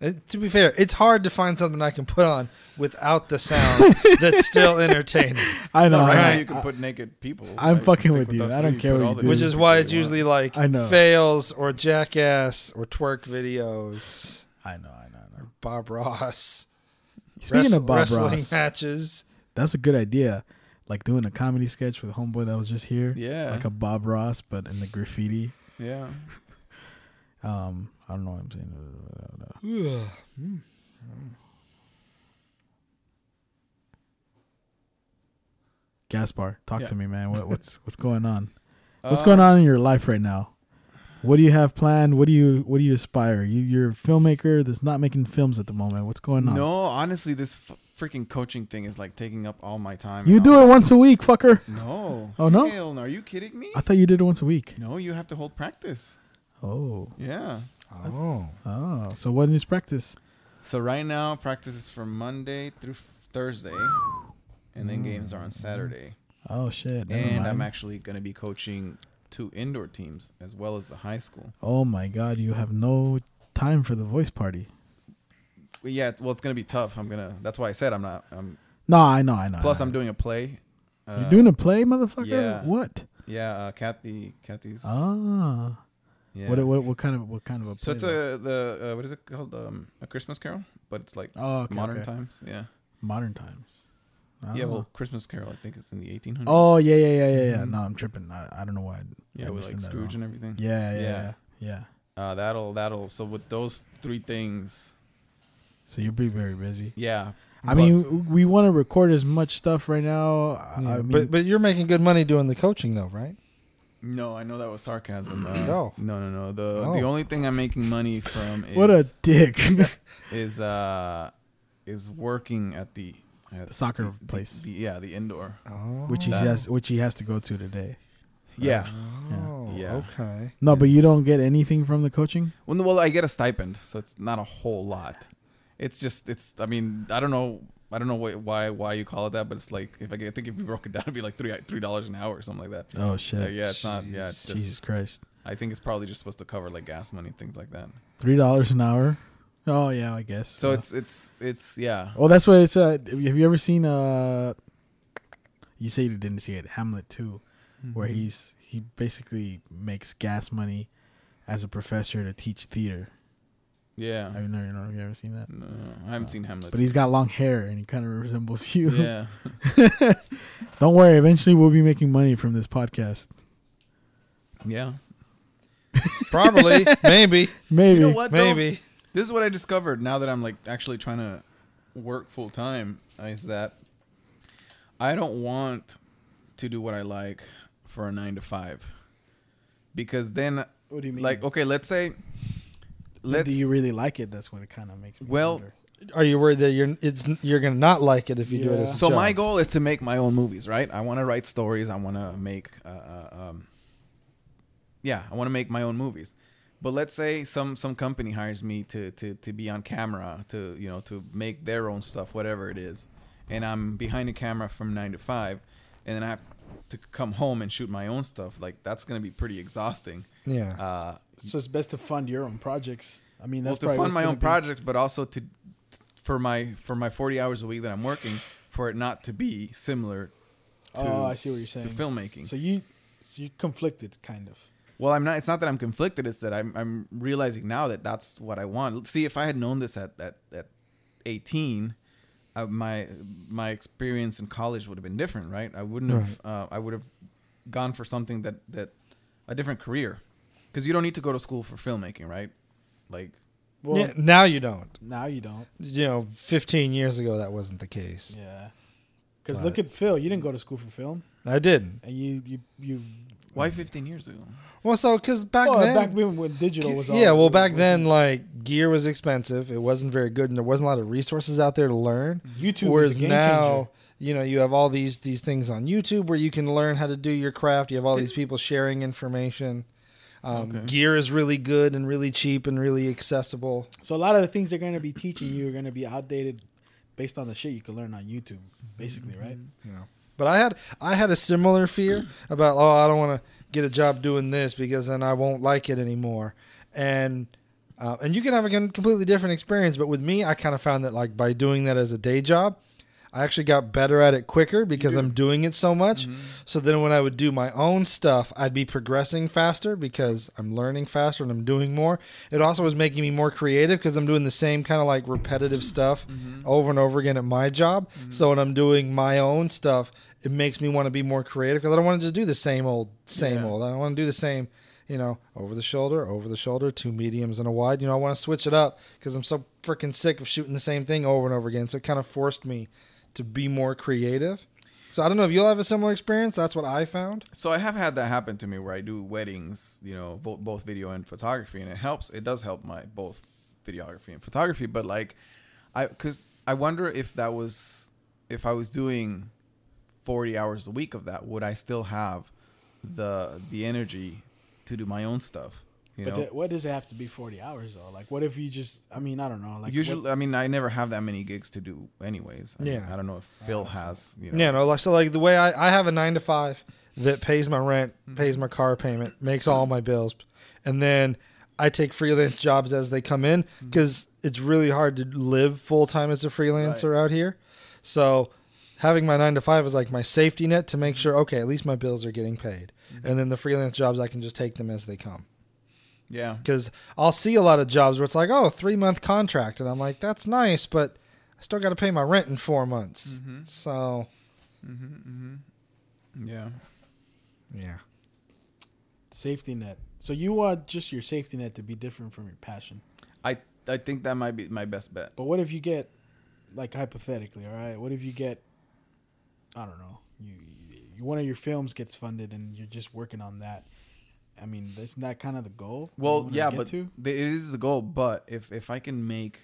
Speaker 4: Uh, to be fair, it's hard to find something I can put on without the sound that's still entertaining.
Speaker 2: I know.
Speaker 3: No, right
Speaker 2: I,
Speaker 3: now
Speaker 2: know.
Speaker 3: you can put naked people.
Speaker 2: I'm
Speaker 3: Like,
Speaker 2: fucking
Speaker 3: think
Speaker 2: with you.
Speaker 3: us
Speaker 2: I don't
Speaker 3: three,
Speaker 2: care
Speaker 3: put
Speaker 2: what
Speaker 3: all
Speaker 2: you
Speaker 3: the
Speaker 2: do.
Speaker 4: Which
Speaker 3: people
Speaker 4: is
Speaker 3: you
Speaker 4: why
Speaker 3: want.
Speaker 4: it's usually like
Speaker 2: I know.
Speaker 4: fails or jackass or twerk videos,
Speaker 2: I know. I know. I know.
Speaker 4: Bob Ross.
Speaker 2: Speaking
Speaker 4: wrest-
Speaker 2: of Bob
Speaker 4: wrestling
Speaker 2: Ross,
Speaker 4: matches.
Speaker 2: that's a good idea. Like doing a comedy sketch with homeboy that was just here.
Speaker 3: Yeah.
Speaker 2: Like a Bob Ross, but in the graffiti.
Speaker 3: yeah.
Speaker 2: Um, I don't know what I'm saying. Gaspar, talk
Speaker 3: Yeah.
Speaker 2: to me, man. What, what's what's going on? What's going on in your life right now? What do you have planned? What do you what do you aspire? You you're a filmmaker that's not making films at the moment. What's going on?
Speaker 3: Uh, No, honestly, this f- freaking coaching thing is like taking up all my time.
Speaker 2: You
Speaker 3: and
Speaker 2: do
Speaker 3: all-
Speaker 2: it once a week, fucker.
Speaker 3: No.
Speaker 2: Oh, no?
Speaker 3: Hell Are you kidding me?
Speaker 2: I thought you did it once a week.
Speaker 3: No, you have to hold practice.
Speaker 2: Oh.
Speaker 3: Yeah.
Speaker 4: Oh.
Speaker 2: Oh. So when is practice?
Speaker 3: So right now, practice is from Monday through f- Thursday, and then games are on Saturday.
Speaker 2: Oh shit. Never
Speaker 3: And I'm
Speaker 2: mind.
Speaker 3: actually going to be coaching two indoor teams as well as the high school.
Speaker 2: oh my god, you have no time for the voice party.
Speaker 3: But yeah, well, it's going to be tough. I'm gonna. That's why I said I'm not. I'm.
Speaker 2: No, I know, I know. I
Speaker 3: Plus,
Speaker 2: know.
Speaker 3: I'm doing a play. Uh,
Speaker 2: You're Ah. doing a play, motherfucker?
Speaker 3: yeah.
Speaker 2: What?
Speaker 3: Yeah, uh, Kathy. Kathy's.
Speaker 2: Ah.
Speaker 3: yeah.
Speaker 2: What what what kind of what kind of a play?
Speaker 3: so it's
Speaker 2: though?
Speaker 3: a the uh, what is it called? Um, a Christmas Carol, but it's like
Speaker 2: oh, okay,
Speaker 3: modern
Speaker 2: okay.
Speaker 3: times. Yeah.
Speaker 2: Modern times.
Speaker 3: Yeah.
Speaker 2: Ah.
Speaker 3: Well, Christmas Carol, I think it's in the 1800s.
Speaker 2: Oh yeah yeah yeah yeah yeah.
Speaker 3: Mhm.
Speaker 2: No, I'm tripping. I, I don't know why. I-
Speaker 3: Yeah,
Speaker 2: Oh, I
Speaker 3: with
Speaker 2: was
Speaker 3: like
Speaker 2: thinking that
Speaker 3: Scrooge
Speaker 2: wrong.
Speaker 3: and everything.
Speaker 2: Yeah yeah yeah
Speaker 3: Yeah.
Speaker 2: yeah.
Speaker 3: Uh, that'll that'll. So with those three things,
Speaker 2: So you'll be very busy.
Speaker 3: yeah.
Speaker 2: I mean, we want to record as much stuff right now. I- I mean,
Speaker 4: but but you're making good money doing the coaching though, right?
Speaker 3: no, I know that was sarcasm. Uh,
Speaker 4: No.
Speaker 3: no, no, no. The
Speaker 4: No.
Speaker 3: the only thing I'm making money from is
Speaker 2: what a dick.
Speaker 3: is uh is working at the at
Speaker 2: Soccer
Speaker 3: the- the-
Speaker 2: place.
Speaker 3: the- yeah, the indoor.
Speaker 4: Oh.
Speaker 2: which he
Speaker 3: That-
Speaker 2: has which he has to go to today.
Speaker 3: Yeah.
Speaker 4: Oh,
Speaker 3: Yeah.
Speaker 4: okay.
Speaker 2: No, but you don't get anything from the coaching.
Speaker 3: Well, no, well, I get a stipend, so it's not a whole lot. It's just it's. I mean, I don't know. I don't know why why, why you call it that, but it's like if I, get- I think if we broke it down, it'd be like three three dollars an hour or something like that.
Speaker 2: Oh
Speaker 3: Yeah,
Speaker 2: shit!
Speaker 3: yeah it's not. Yeah, it's just.
Speaker 2: Jesus Christ,
Speaker 3: I think it's probably just supposed to cover like gas money and things like that.
Speaker 2: three dollars an hour. Oh yeah, I guess.
Speaker 3: So
Speaker 2: Well-
Speaker 3: it's it's it's yeah.
Speaker 2: well, that's what it's. Uh, have you ever seen? Uh, you say you didn't see it, Hamlet two, where
Speaker 3: Mm-hmm.
Speaker 2: he's he basically makes gas money as a professor to teach theater.
Speaker 3: Yeah.
Speaker 2: I've never, you know, have you ever seen that?
Speaker 3: No, I haven't seen Hamlet.
Speaker 2: But he's got long hair and he kind of resembles you.
Speaker 3: yeah.
Speaker 2: Don't worry, eventually we'll be making money from this podcast.
Speaker 3: yeah.
Speaker 4: Probably, maybe,
Speaker 2: Maybe.
Speaker 3: You know what? though?
Speaker 4: maybe.
Speaker 3: This is what I discovered now that I'm like actually trying to work full time is that I don't want to do what I like for a 9 to 5. Because then
Speaker 2: What do you mean?
Speaker 3: like okay, let's say let's
Speaker 2: do you really like it? That's what it kind of makes me.
Speaker 3: Well,
Speaker 2: wonder.
Speaker 4: Are you worried that you're it's you're gonna not like it if you do it? As
Speaker 2: Yeah.
Speaker 4: a
Speaker 3: So my
Speaker 4: job?
Speaker 3: goal is to make my own movies, right? I want to write stories. I want to make, uh, uh, um, yeah, I want to make my own movies. But let's say some some company hires me to to to be on camera, to you know, to make their own stuff, whatever it is, and I'm behind the camera from nine to five, and then I have to come home and shoot my own stuff. Like that's gonna be pretty exhausting.
Speaker 4: yeah.
Speaker 3: Uh,
Speaker 2: So it's best to fund your own projects. I mean,
Speaker 3: well,
Speaker 2: that's
Speaker 3: to
Speaker 2: probably
Speaker 3: fund
Speaker 2: what's
Speaker 3: my
Speaker 2: gonna
Speaker 3: own
Speaker 2: be-
Speaker 3: projects, but also to for my for my 40 hours a week that I'm working, for it not to be similar. To,
Speaker 2: oh, I see what you're saying.
Speaker 3: to filmmaking.
Speaker 2: So you, so you conflicted, kind of.
Speaker 3: well, I'm not. It's not that I'm conflicted. It's that I'm I'm realizing now that that's what I want. See, if I had known this at at, at 18, uh, my my experience in college would have been different, right? I wouldn't have. Uh, I would have gone for something that that a different career, because you don't need to go to school for filmmaking, right? Like,
Speaker 2: Well,
Speaker 4: Yeah, now you don't.
Speaker 2: now you don't.
Speaker 4: You know, 15 years ago that wasn't the case.
Speaker 2: Yeah. Because
Speaker 4: But-
Speaker 2: look at Phil. You didn't go to school for film,
Speaker 4: I didn't.
Speaker 2: and you you you. Mm.
Speaker 3: why 15 years ago?
Speaker 4: Well, so because back
Speaker 2: well,
Speaker 4: then,
Speaker 2: back when, when digital was. all-
Speaker 4: yeah, well, back
Speaker 2: was-
Speaker 4: then, like gear was expensive. It wasn't very good, and there wasn't a lot of resources out there to learn.
Speaker 2: YouTube
Speaker 4: Whereas
Speaker 2: is a game changer.
Speaker 4: now, you know, you have all these these things on YouTube where you can learn how to do your craft. You have all these people sharing information. Um,
Speaker 3: Okay.
Speaker 4: Gear is really good and really cheap and really accessible.
Speaker 2: So a lot of the things they're going to be teaching you are going to be outdated, based on the shit you can learn on YouTube, basically,
Speaker 3: Mm-hmm.
Speaker 2: right?
Speaker 4: But I had I had a similar fear about oh I don't want to get a job doing this because then I won't like it anymore. And Uh, and you can have a con- completely different experience, but with me, I kind of found that like by doing that as a day job, I actually got better at it quicker because I'm doing it so much. So then when I would do my own stuff, I'd be progressing faster because I'm learning faster and I'm doing more. It also was making me more creative because I'm doing the same kind of like repetitive stuff over and over again at my job. So when I'm doing my own stuff, it makes me want to be more creative because I don't want to just do the same old, same
Speaker 3: Yeah.
Speaker 4: old. I don't want to do the same, you know, over the shoulder, over the shoulder, two mediums and a wide. You know, I want to switch it up because I'm so freaking sick of shooting the same thing over and over again. So it kind of forced me to be more creative. So I don't know if you'll have a similar experience. That's what I found.
Speaker 3: So I have had that happen to me where I do weddings, you know, both, both video and photography, and it helps. It does help my both videography and photography, but like, I because I wonder if that was if I was doing forty hours a week of that, would I still have the the energy to do my own stuff? You
Speaker 2: but
Speaker 3: know,
Speaker 2: that, what does it have to be 40 hours though? Like, what if you just? I mean, I don't know. Like,
Speaker 3: usually,
Speaker 2: what-
Speaker 3: I mean, I never have that many gigs to do, anyways. I mean,
Speaker 4: Yeah.
Speaker 3: I don't know if Phil has. You know,
Speaker 4: Yeah, no, like so like the way I, I have a nine to five that pays my rent, pays my car payment, makes all my bills, and then I take freelance jobs as they come in because it's really hard to live full time as a freelancer out here. So having my nine to five is like my safety net to make sure okay, at least my bills are getting paid, and then the freelance jobs I can just take them as they come.
Speaker 3: yeah.
Speaker 4: because I'll see a lot of jobs where it's like, oh, three month contract, and I'm like, that's nice, but I still got to pay my rent in four months. So
Speaker 3: Yeah.
Speaker 4: yeah,
Speaker 2: safety net. So you want just your safety net to be different from your passion.
Speaker 3: I I think that might be my best bet.
Speaker 2: But what if you get, like hypothetically, all right? What if you get, I don't know, you, you one of your films gets funded and you're just working on that. I mean, isn't that kind of the goal? you
Speaker 3: Well,
Speaker 2: wanna
Speaker 3: yeah,
Speaker 2: get
Speaker 3: but
Speaker 2: to?
Speaker 3: the- it is the goal. But if if I can make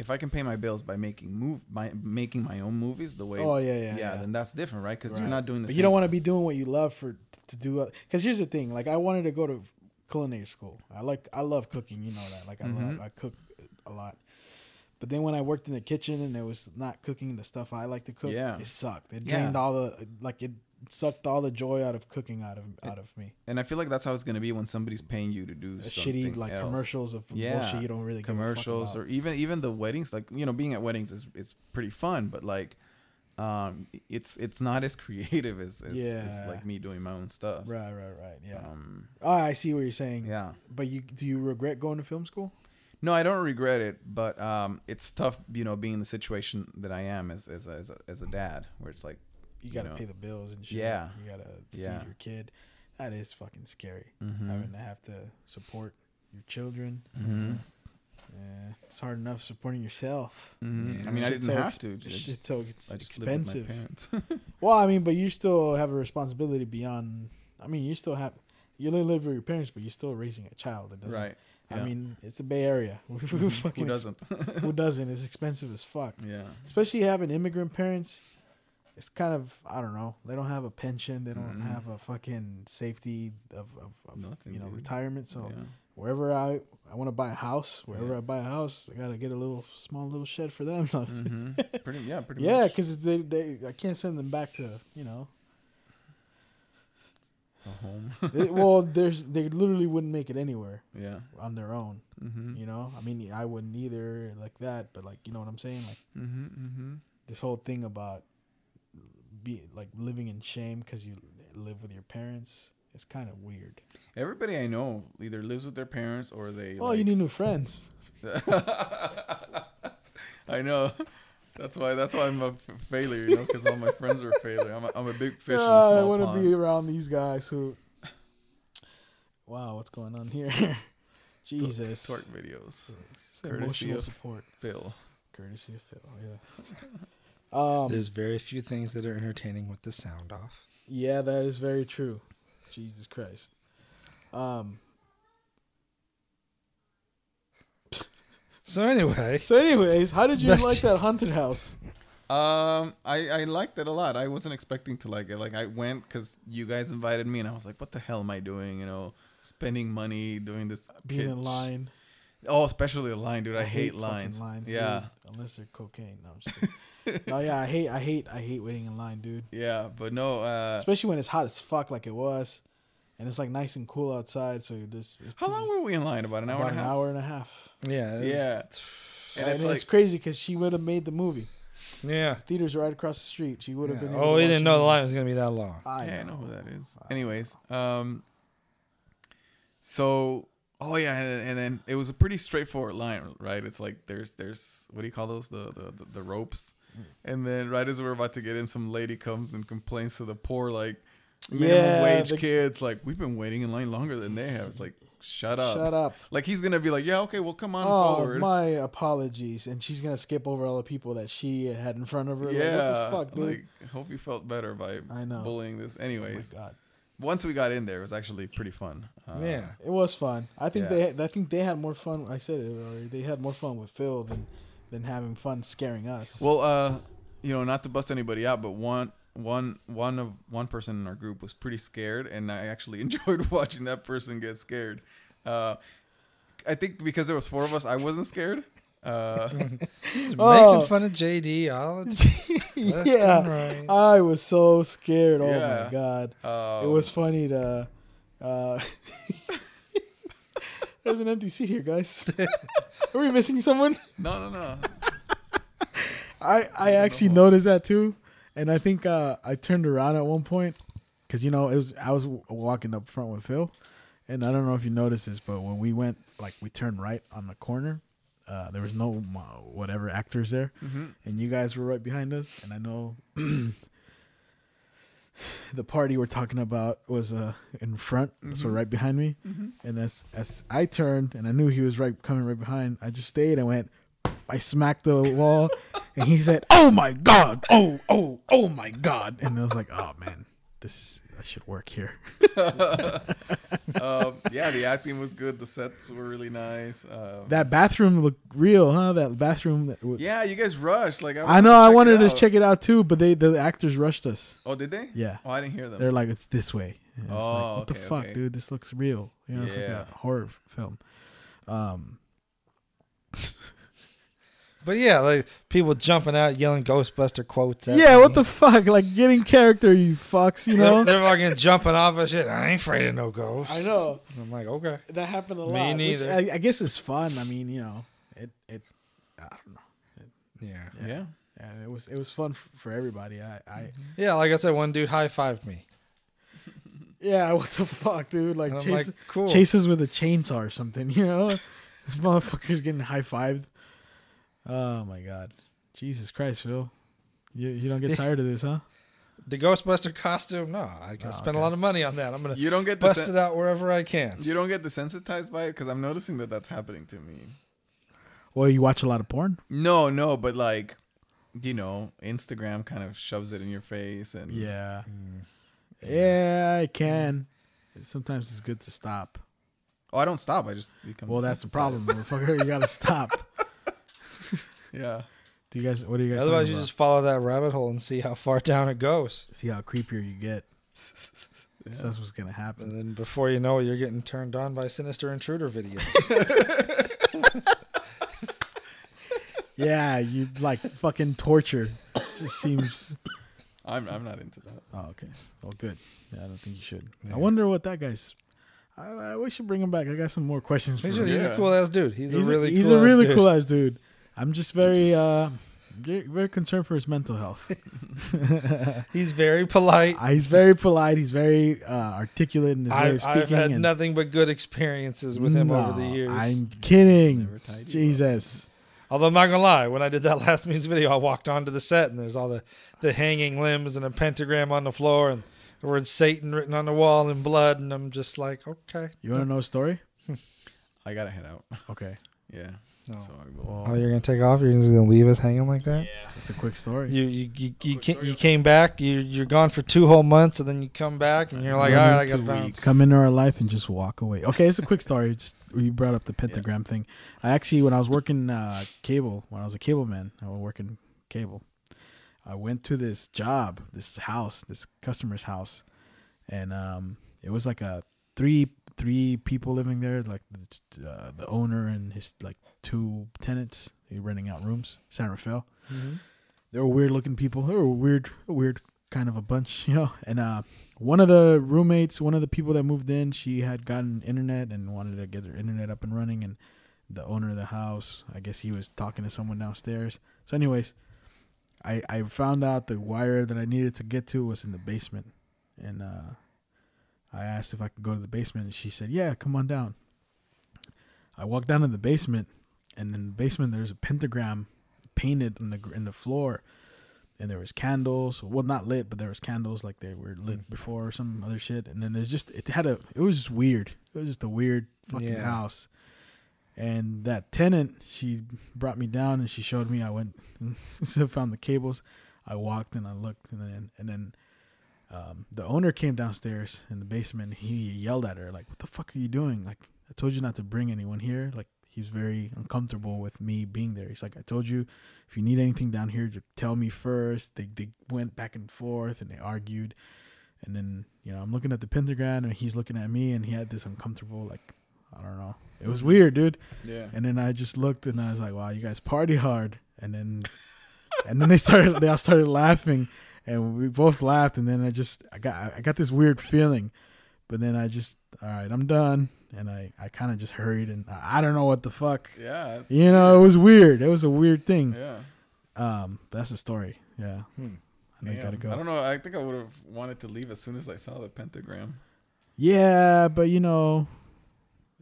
Speaker 3: if I can pay my bills by making move by making my own movies the way
Speaker 2: Oh, yeah, yeah, yeah.
Speaker 3: then that's different right because
Speaker 2: Right.
Speaker 3: you're not doing the
Speaker 2: But
Speaker 3: same
Speaker 2: you don't want to be doing what you love for to do. Because here's the thing: like I wanted to go to culinary school. I like I love cooking. You know that. Like I
Speaker 3: Mm-hmm.
Speaker 2: love I cook a lot. But then when I worked in the kitchen and it was not cooking the stuff I like to cook,
Speaker 3: Yeah.
Speaker 2: it sucked. It
Speaker 3: Yeah.
Speaker 2: drained all the like it sucked all the joy out of cooking out of out of me.
Speaker 3: and I feel like that's how it's gonna be when somebody's paying you to do
Speaker 2: A
Speaker 3: something
Speaker 2: shitty like
Speaker 3: else.
Speaker 2: commercials of
Speaker 3: yeah
Speaker 2: bullshit you don't really give a fuck
Speaker 3: commercials
Speaker 2: about.
Speaker 3: or even even the weddings like you know being at weddings is it's pretty fun but like um it's it's not as creative as, as,
Speaker 2: Yeah.
Speaker 3: as like me doing my own stuff
Speaker 2: right, right, right. Yeah.
Speaker 3: um
Speaker 2: oh, I see what you're saying.
Speaker 3: yeah
Speaker 2: But you do you regret going to film school?
Speaker 3: No, I don't regret it, but um, it's tough, you know, being in the situation that I am as as a, as, a, as a dad, where it's like,
Speaker 2: you gotta
Speaker 3: know.
Speaker 2: pay the bills and shit.
Speaker 3: Yeah.
Speaker 2: You gotta
Speaker 3: Yeah.
Speaker 2: feed your kid. That is fucking scary.
Speaker 3: Mhm.
Speaker 2: Having to have to support your children.
Speaker 3: Mhm.
Speaker 2: Yeah, it's hard enough supporting yourself.
Speaker 3: Mhm.
Speaker 4: Yeah.
Speaker 3: I mean, I
Speaker 2: Shit's
Speaker 3: didn't
Speaker 2: so
Speaker 3: have
Speaker 2: exp-
Speaker 3: to. I
Speaker 2: shit's
Speaker 3: just,
Speaker 2: so it's
Speaker 3: I just lived with my
Speaker 2: expensive.
Speaker 3: parents.
Speaker 2: Well, I mean, but you still have a responsibility beyond. I mean, you still have. You only live with your parents, but you're still raising a child. It doesn't.
Speaker 3: right.
Speaker 2: I
Speaker 3: yeah. Mm-hmm.
Speaker 2: mean, it's the Bay Area. Who
Speaker 3: who
Speaker 2: fucking-
Speaker 3: doesn't?
Speaker 2: Who doesn't? It's expensive as fuck.
Speaker 3: yeah.
Speaker 2: especially having immigrant parents it's kind of i don't know they don't have a pension they don't
Speaker 3: Mm.
Speaker 2: have a fucking safety of, of, of
Speaker 3: Nothing,
Speaker 2: you know
Speaker 3: dude.
Speaker 2: retirement so
Speaker 3: yeah.
Speaker 2: wherever i i want to buy a house wherever
Speaker 3: Yeah.
Speaker 2: i buy a house i gotta get a little small little shed for them
Speaker 3: Mhm. Pretty, yeah, pretty
Speaker 2: yeah
Speaker 3: much.
Speaker 2: because they, they i can't send them back to you know
Speaker 3: A home.
Speaker 2: It- well there's they literally wouldn't make it anywhere
Speaker 3: yeah.
Speaker 2: on their own
Speaker 3: Mm-hmm.
Speaker 2: you know i mean i wouldn't either like that but like you know what i'm saying like
Speaker 3: Mm-hmm. Mm-hmm.
Speaker 2: this whole thing about be like living in shame because you live with your parents it's kind of weird
Speaker 3: Everybody I know either lives with their parents or they.
Speaker 2: oh you
Speaker 3: like-
Speaker 2: need new friends
Speaker 3: I know. That's why. That's why I'm a f- failure, you know, because all my friends are a failure. I'm a, I'm a big fish. in a
Speaker 2: Ah, i
Speaker 3: small
Speaker 2: want to
Speaker 3: pond.
Speaker 2: be around these guys who wow what's going on here jesus Mm.
Speaker 3: Twerk videos.
Speaker 2: It's
Speaker 3: courtesy
Speaker 2: emotional
Speaker 3: of-
Speaker 2: support
Speaker 3: Phil.
Speaker 2: courtesy of phil yeah um
Speaker 4: very few things that are entertaining with the sound off.
Speaker 2: yeah that is very true jesus christ um
Speaker 4: So anyway,
Speaker 2: so anyways how did you
Speaker 4: Back
Speaker 2: like
Speaker 4: to-
Speaker 2: that haunted house
Speaker 3: Um, I I liked it a lot. I wasn't expecting to like it. Like I went because you guys invited me, and I was like, "What the hell am I doing?" You know, spending money doing this.
Speaker 2: Uh, being
Speaker 3: kid
Speaker 2: in
Speaker 3: sh-
Speaker 2: line
Speaker 3: Oh, especially a line, dude. I, hate,
Speaker 2: fucking
Speaker 3: lines.
Speaker 2: lines.
Speaker 3: Yeah,
Speaker 2: dude, unless they're cocaine. No, I'm just kidding. no, yeah, I hate, I hate, I hate waiting in line, dude.
Speaker 3: yeah. But no, uh,
Speaker 2: Especially when it's hot as fuck, like it was. and it's like nice and cool outside. So you just
Speaker 3: How long were we in line? About an hour
Speaker 2: About
Speaker 3: and
Speaker 2: an
Speaker 3: a half.
Speaker 2: hour and a half.
Speaker 4: Yeah.
Speaker 3: Yeah,
Speaker 4: it's-
Speaker 3: and
Speaker 2: And
Speaker 3: it's
Speaker 2: it's,
Speaker 3: like
Speaker 2: crazy because she would have made the movie.
Speaker 4: Yeah.
Speaker 2: Theaters right across the street. She would have been. able
Speaker 4: Oh,
Speaker 2: to
Speaker 4: we
Speaker 2: watch
Speaker 4: didn't know the
Speaker 2: movie.
Speaker 4: line was gonna be that long.
Speaker 2: I
Speaker 3: yeah, I
Speaker 2: know.
Speaker 3: know who that is. Anyways, um, so oh yeah, and, and then it was a pretty straightforward line, right? It's like there's there's what do you call those the the the, the ropes,
Speaker 2: Mm.
Speaker 3: and then right as we're about to get in, some lady comes and complains to the poor like minimum
Speaker 2: Yeah,
Speaker 3: wage
Speaker 2: the-
Speaker 3: kids, like we've been waiting in line longer than they have. It's like shut up,
Speaker 2: Shut up.
Speaker 3: Like he's gonna be like, yeah, okay, well come on
Speaker 2: Oh,
Speaker 3: forward.
Speaker 2: my apologies. And she's gonna skip over all the people that she had in front of her.
Speaker 3: yeah,
Speaker 2: like, what the fuck, dude?
Speaker 3: like hope you felt better by
Speaker 2: I know.
Speaker 3: bullying this.
Speaker 2: oh my
Speaker 3: Anyways,
Speaker 2: god,
Speaker 3: once we got in there, it was actually pretty fun. Uh,
Speaker 4: yeah.
Speaker 2: it was fun. I think
Speaker 4: Yeah.
Speaker 2: they, I think they had more fun. I said it already. They had more fun with Phil than than having fun scaring us.
Speaker 3: Well, uh, you know, not to bust anybody out, but one one one of one person in our group was pretty scared, and I actually enjoyed watching that person get scared. Uh, I think because there was four of us, I wasn't scared. Uh,
Speaker 4: He's
Speaker 2: Oh.
Speaker 4: making fun of JD. All the time. Left and
Speaker 2: yeah,
Speaker 4: right.
Speaker 2: I was so scared. Oh
Speaker 3: Yeah.
Speaker 2: my god.
Speaker 3: uh,
Speaker 2: it was funny to uh there's an empty seat here guys are we missing someone
Speaker 3: no, no, no.
Speaker 2: i i actually noticed that too and i think uh i turned around at one point because you know it was i was w- walking up front with phil and i don't know if you noticed this but when we went like we turned right on the corner uh, there was no mo- whatever actors there, and you guys were right behind us. And I know the party we're talking about was uh, in front, so right behind me. And as as I turned and I knew he was right coming right behind, I just stayed and went. I smacked the wall, and he said, "Oh my god! Oh oh oh my god!" And I was like, "Oh man, this is, I should work here."
Speaker 3: Um, yeah, the acting was good. The sets were really nice. Um,
Speaker 2: That bathroom looked real, huh? That bathroom. That w-
Speaker 3: yeah, you guys rushed. Like
Speaker 2: I know. I wanted
Speaker 3: it
Speaker 2: to
Speaker 3: out.
Speaker 2: check it out too, but they the actors rushed us.
Speaker 3: Oh, did they?
Speaker 2: Yeah.
Speaker 3: Oh, I didn't hear them.
Speaker 2: They're like, it's this way. And it's
Speaker 3: Oh,
Speaker 2: like, what the
Speaker 3: okay,
Speaker 2: fuck,
Speaker 3: okay.
Speaker 2: dude? This looks real. You know, it's like
Speaker 3: Yeah.
Speaker 2: a horror f- film. Um,
Speaker 4: But yeah, like people jumping out, yelling Ghostbuster quotes. At
Speaker 2: yeah,
Speaker 4: me.
Speaker 2: what the fuck? Like, get in character, you fucks. You
Speaker 4: They're-
Speaker 2: know.
Speaker 4: They're fucking jumping off of shit. I ain't afraid of no ghosts.
Speaker 2: I know
Speaker 4: And I'm like, okay.
Speaker 2: that happened a
Speaker 4: Me
Speaker 2: lot. which
Speaker 4: neither.
Speaker 2: I, I guess it's fun. I mean, you know, it it. I don't know.
Speaker 4: Yeah.
Speaker 3: yeah.
Speaker 2: Yeah, it was it was fun f- for everybody. I I
Speaker 4: Yeah, like I said, one dude high fived me.
Speaker 2: yeah. What the fuck, dude? Like,
Speaker 4: Mm-hmm. And I'm
Speaker 2: chase,
Speaker 4: like, cool.
Speaker 2: chases with a chainsaw or something. You know, this motherfucker's getting high fived. Oh my god, Jesus Christ, Phil, you you don't get tired of this, huh?
Speaker 4: The Ghostbuster costume, no, I
Speaker 2: Oh,
Speaker 4: can spend a lot of money on that. I'm gonna
Speaker 3: You don't get the
Speaker 4: bust
Speaker 3: sen-
Speaker 4: it out wherever I can.
Speaker 3: you don't get desensitized by it because I'm noticing that that's happening to me.
Speaker 2: Well, you watch a lot of porn.
Speaker 3: No, no, but like, you know, Instagram kind of shoves it in your face, and
Speaker 2: Yeah. Mm. Yeah, I can. Sometimes it's good to stop.
Speaker 3: oh, I don't stop. I just become.
Speaker 2: Well, that's the problem, motherfucker. You gotta stop.
Speaker 3: desensitized. Yeah,
Speaker 2: Do you guys? What do you guys?
Speaker 4: Otherwise,
Speaker 2: talking
Speaker 4: you
Speaker 2: about?
Speaker 4: just follow that rabbit hole and see how far down it goes.
Speaker 2: see how creepier you get. 'Cause That's what's gonna
Speaker 4: And
Speaker 2: happen.
Speaker 4: then before you know it, you're getting turned on by sinister intruder videos.
Speaker 2: Yeah, you like fucking torture. It seems.
Speaker 3: I'm. I'm not into that.
Speaker 2: Oh, okay. Well, good. Yeah, I don't think you should. I wonder what that guy's. I, I, we should bring him back. I got some more questions for
Speaker 4: he's
Speaker 2: you.
Speaker 4: a, he's
Speaker 3: Yeah.
Speaker 4: a cool ass dude. He's, a really
Speaker 2: he's
Speaker 4: cool
Speaker 2: a really
Speaker 4: ass
Speaker 2: cool ass dude. I'm just very uh, very very concerned for his mental health.
Speaker 4: dude. He's very polite.
Speaker 2: Uh, he's very polite. He's very uh, articulate in his way
Speaker 4: I,
Speaker 2: of speaking.
Speaker 4: I've had
Speaker 2: and-
Speaker 4: nothing but good experiences with him over the
Speaker 2: No,
Speaker 4: years.
Speaker 2: I'm kidding.
Speaker 3: Never tied you up.
Speaker 2: Jesus.
Speaker 4: Although I'm not gonna lie, when I did that last music video, I walked onto the set and there's all the, the hanging limbs and a pentagram on the floor and the word Satan written on the wall in blood, and I'm just like, okay.
Speaker 2: You want to know a story?
Speaker 3: I gotta head out.
Speaker 2: Okay.
Speaker 3: Yeah.
Speaker 4: No.
Speaker 3: So I will.
Speaker 4: Oh, you're gonna take off? You're just gonna leave us hanging like that?
Speaker 2: It's a quick story.
Speaker 4: You you
Speaker 2: Oh,
Speaker 4: you, you, ca- you came back. You you're gone for two whole months, and then you come back and you're like, all
Speaker 2: Running
Speaker 4: right, I got
Speaker 3: two
Speaker 4: to bounce.
Speaker 3: weeks.
Speaker 2: Come into our life and just walk away. Okay, it's a quick story. Just you brought up the pentagram thing. I actually, when I was working uh, cable, when I was a cable man, I was working cable. I went to this job, this house, this customer's house, and um, it was like a three three people living there, like the, uh, the owner and his like two tenants.
Speaker 4: Mm-hmm.
Speaker 2: They were renting out rooms, San Rafael. They were weird looking people. They were weird, weird kind of a bunch, you know. And uh, one of the roommates, one of the people that moved in, she had gotten internet and wanted to get her internet up and running. And the owner of the house, I guess he was talking to someone downstairs. So, anyways, I I found out the wire that I needed to get to was in the basement, and uh, I asked if I could go to the basement. And she said, "Yeah, come on down." I walked down to the basement, and in the basement there's a pentagram painted in the gr- in the floor and there was candles well not lit but there was candles like they were lit before or some other shit and then there's just it had a it was just weird it was just a weird fucking
Speaker 4: Yeah.
Speaker 2: house and that tenant she brought me down and she showed me i went and found the cables i walked and i looked and then and then um, the owner came downstairs in the basement he yelled at her like what the fuck are you doing like i told you not to bring anyone here like he's very uncomfortable with me being there he's like i told you if you need anything down here, just tell me first. They they went back and forth and they argued, and then you know I'm looking at the pentagram and he's looking at me and he had this uncomfortable like I don't know. It was weird, dude.
Speaker 3: Yeah.
Speaker 2: And then I just looked and I was like, "Wow, you guys party hard." And then and then they started they all started laughing and we both laughed and then I just I got I got this weird feeling. But then I just all right, I'm done. And I, I kind of just hurried and I I don't know what the fuck.
Speaker 3: Yeah. it's-
Speaker 2: You know, it was weird. It was a weird thing.
Speaker 3: Yeah.
Speaker 2: Um, that's the story. Yeah. I know you
Speaker 3: Hmm. Damn.
Speaker 2: gotta go.
Speaker 3: I don't know. I think I would have wanted to leave as soon as I saw the pentagram.
Speaker 2: yeah, but you know,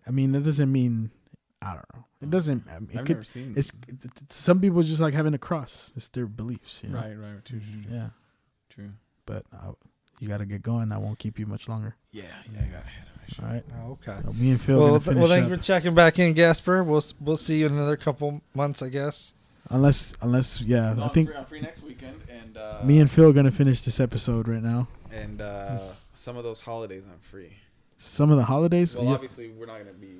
Speaker 2: I mean, that doesn't mean I don't know. It doesn't. I mean, it
Speaker 3: I've
Speaker 2: could.
Speaker 3: never seen.
Speaker 2: It's it- it- some people just like having a cross. It's their beliefs. You know?
Speaker 3: right, right, true, true, true,
Speaker 2: Yeah.
Speaker 3: true.
Speaker 2: But I, you gotta get going. I won't keep you much longer.
Speaker 3: Yeah, yeah, I got ahead of
Speaker 2: All right.
Speaker 4: Oh, okay.
Speaker 2: So me and Phil
Speaker 4: Well,
Speaker 2: gonna
Speaker 4: th-
Speaker 2: finish
Speaker 4: well, thank
Speaker 2: up.
Speaker 4: you for checking back in, Gasper. We'll s- we'll see you in another couple months, I guess.
Speaker 2: unless unless yeah, I think
Speaker 3: I'm free next weekend, and uh,
Speaker 2: me and Phil gonna finish this episode right now.
Speaker 3: and uh, some of those holidays I'm free.
Speaker 2: Some of the holidays.
Speaker 3: Well,
Speaker 2: yeah,
Speaker 3: obviously we're not gonna be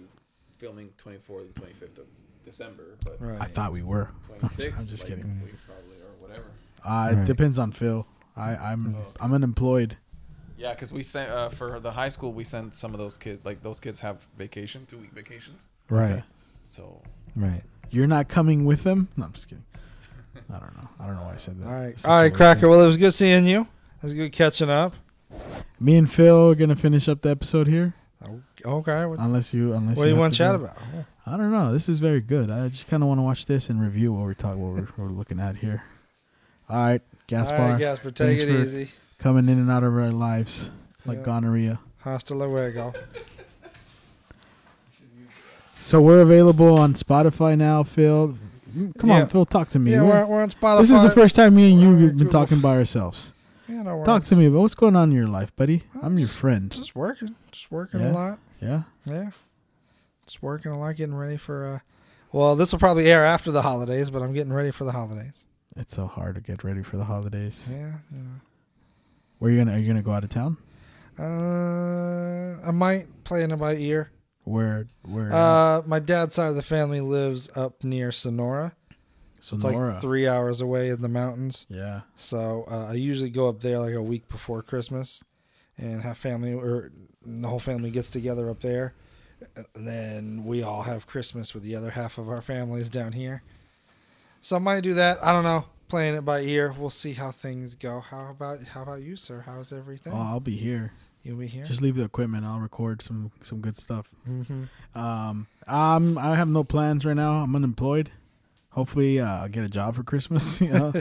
Speaker 3: filming 24th and 25th of December, but
Speaker 4: Right.
Speaker 2: I thought we were.
Speaker 3: 26th.
Speaker 2: I'm just
Speaker 3: like,
Speaker 2: kidding.
Speaker 3: We probably or whatever.
Speaker 2: Uh, It
Speaker 4: Right.
Speaker 2: depends on Phil. I, I'm
Speaker 3: Oh.
Speaker 2: I'm unemployed.
Speaker 3: Yeah, because we sent uh, for the high school. We sent some of those kids. Like those kids have vacation, two week vacations.
Speaker 4: Right.
Speaker 3: So
Speaker 4: Right.
Speaker 2: You're not coming with them? No, I'm just kidding. I don't know. I don't know why I said that.
Speaker 4: All right.
Speaker 2: Such
Speaker 4: All
Speaker 2: a
Speaker 4: right,
Speaker 2: weird
Speaker 4: Cracker.
Speaker 2: thing.
Speaker 4: Well, it was good seeing you. It was good catching up.
Speaker 2: Me and Phil are gonna finish up the episode here,
Speaker 4: Oh, Okay. What,
Speaker 2: unless you unless.
Speaker 4: what do you
Speaker 2: have
Speaker 4: want to chat
Speaker 2: go.
Speaker 4: about? Oh,
Speaker 2: I don't know. This is very good. I just kind of want to watch this and review what we're talking, what we're, we're looking at here. All right, Gaspar.
Speaker 4: All right, Gasper. Take
Speaker 2: thanks
Speaker 4: it
Speaker 2: for
Speaker 4: easy.
Speaker 2: Coming in and out of our lives like
Speaker 4: Yeah.
Speaker 2: gonorrhea.
Speaker 4: Hasta luego.
Speaker 2: So we're available on Spotify now, Phil. Come
Speaker 4: Yeah.
Speaker 2: on, Phil, talk to me.
Speaker 4: yeah,
Speaker 2: We're-
Speaker 4: we're, we're on Spotify.
Speaker 2: this is the first time me and you
Speaker 4: We're on
Speaker 2: have been
Speaker 4: Google.
Speaker 2: talking by ourselves.
Speaker 4: Yeah, no, we're
Speaker 2: Talk
Speaker 4: on-
Speaker 2: to me about what's going on in your life, buddy. I'm your friend.
Speaker 4: Just working. Just working
Speaker 2: Yeah.
Speaker 4: a lot.
Speaker 2: Yeah.
Speaker 4: Yeah. Just working a lot, getting ready for. Uh, well, this will probably air after the holidays, but I'm getting ready for the holidays.
Speaker 2: It's so hard to get ready for the holidays.
Speaker 4: Yeah. You know.
Speaker 2: Where you gonna are you gonna go out of town?
Speaker 4: Uh, I might play it by ear.
Speaker 2: Where where
Speaker 4: Uh, my dad's side of the family lives up near Sonora. It's
Speaker 2: Sonora.
Speaker 4: like three hours away in the mountains.
Speaker 2: yeah.
Speaker 4: So uh, I usually go up there like a week before Christmas and have family, or the whole family gets together up there. And then we all have Christmas with the other half of our families down here. So I might do that. I don't know. Playing it by ear. We'll see how things go. How about how about you, sir? How's everything?
Speaker 2: Oh, I'll be here.
Speaker 4: You'll be here.
Speaker 2: Just leave the equipment. I'll record some some good stuff.
Speaker 4: mm-hmm.
Speaker 2: Um, um, I have no plans right now. I'm unemployed. Hopefully, uh, I'll get a job for Christmas. You know.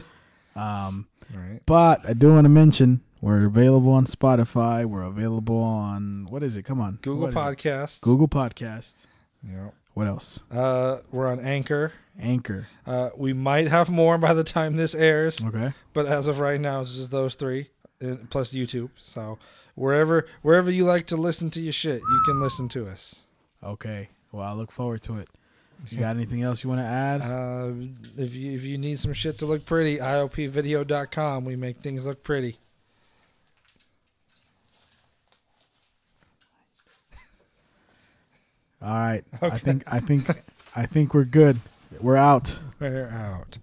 Speaker 2: um,
Speaker 4: All right.
Speaker 2: but I do want to mention we're available on Spotify. We're available on what is it? Come on, What
Speaker 4: Google
Speaker 2: is it?
Speaker 4: Podcasts.
Speaker 2: Google Podcast.
Speaker 4: Yeah.
Speaker 2: What else?
Speaker 4: Uh, we're on Anchor.
Speaker 2: Anchor.
Speaker 4: Uh, we might have more by the time this airs,
Speaker 2: Okay.
Speaker 4: but as of right now, it's just those three uh, plus YouTube. So wherever wherever you like to listen to your shit, you can listen to us.
Speaker 2: Okay. Well, I look forward to it. You got anything else you want to add?
Speaker 4: Uh, if you if you need some shit to look pretty, iopvideo.com. We make things look pretty.
Speaker 2: All right. I think I think I think we're good. We're out.
Speaker 4: We're out.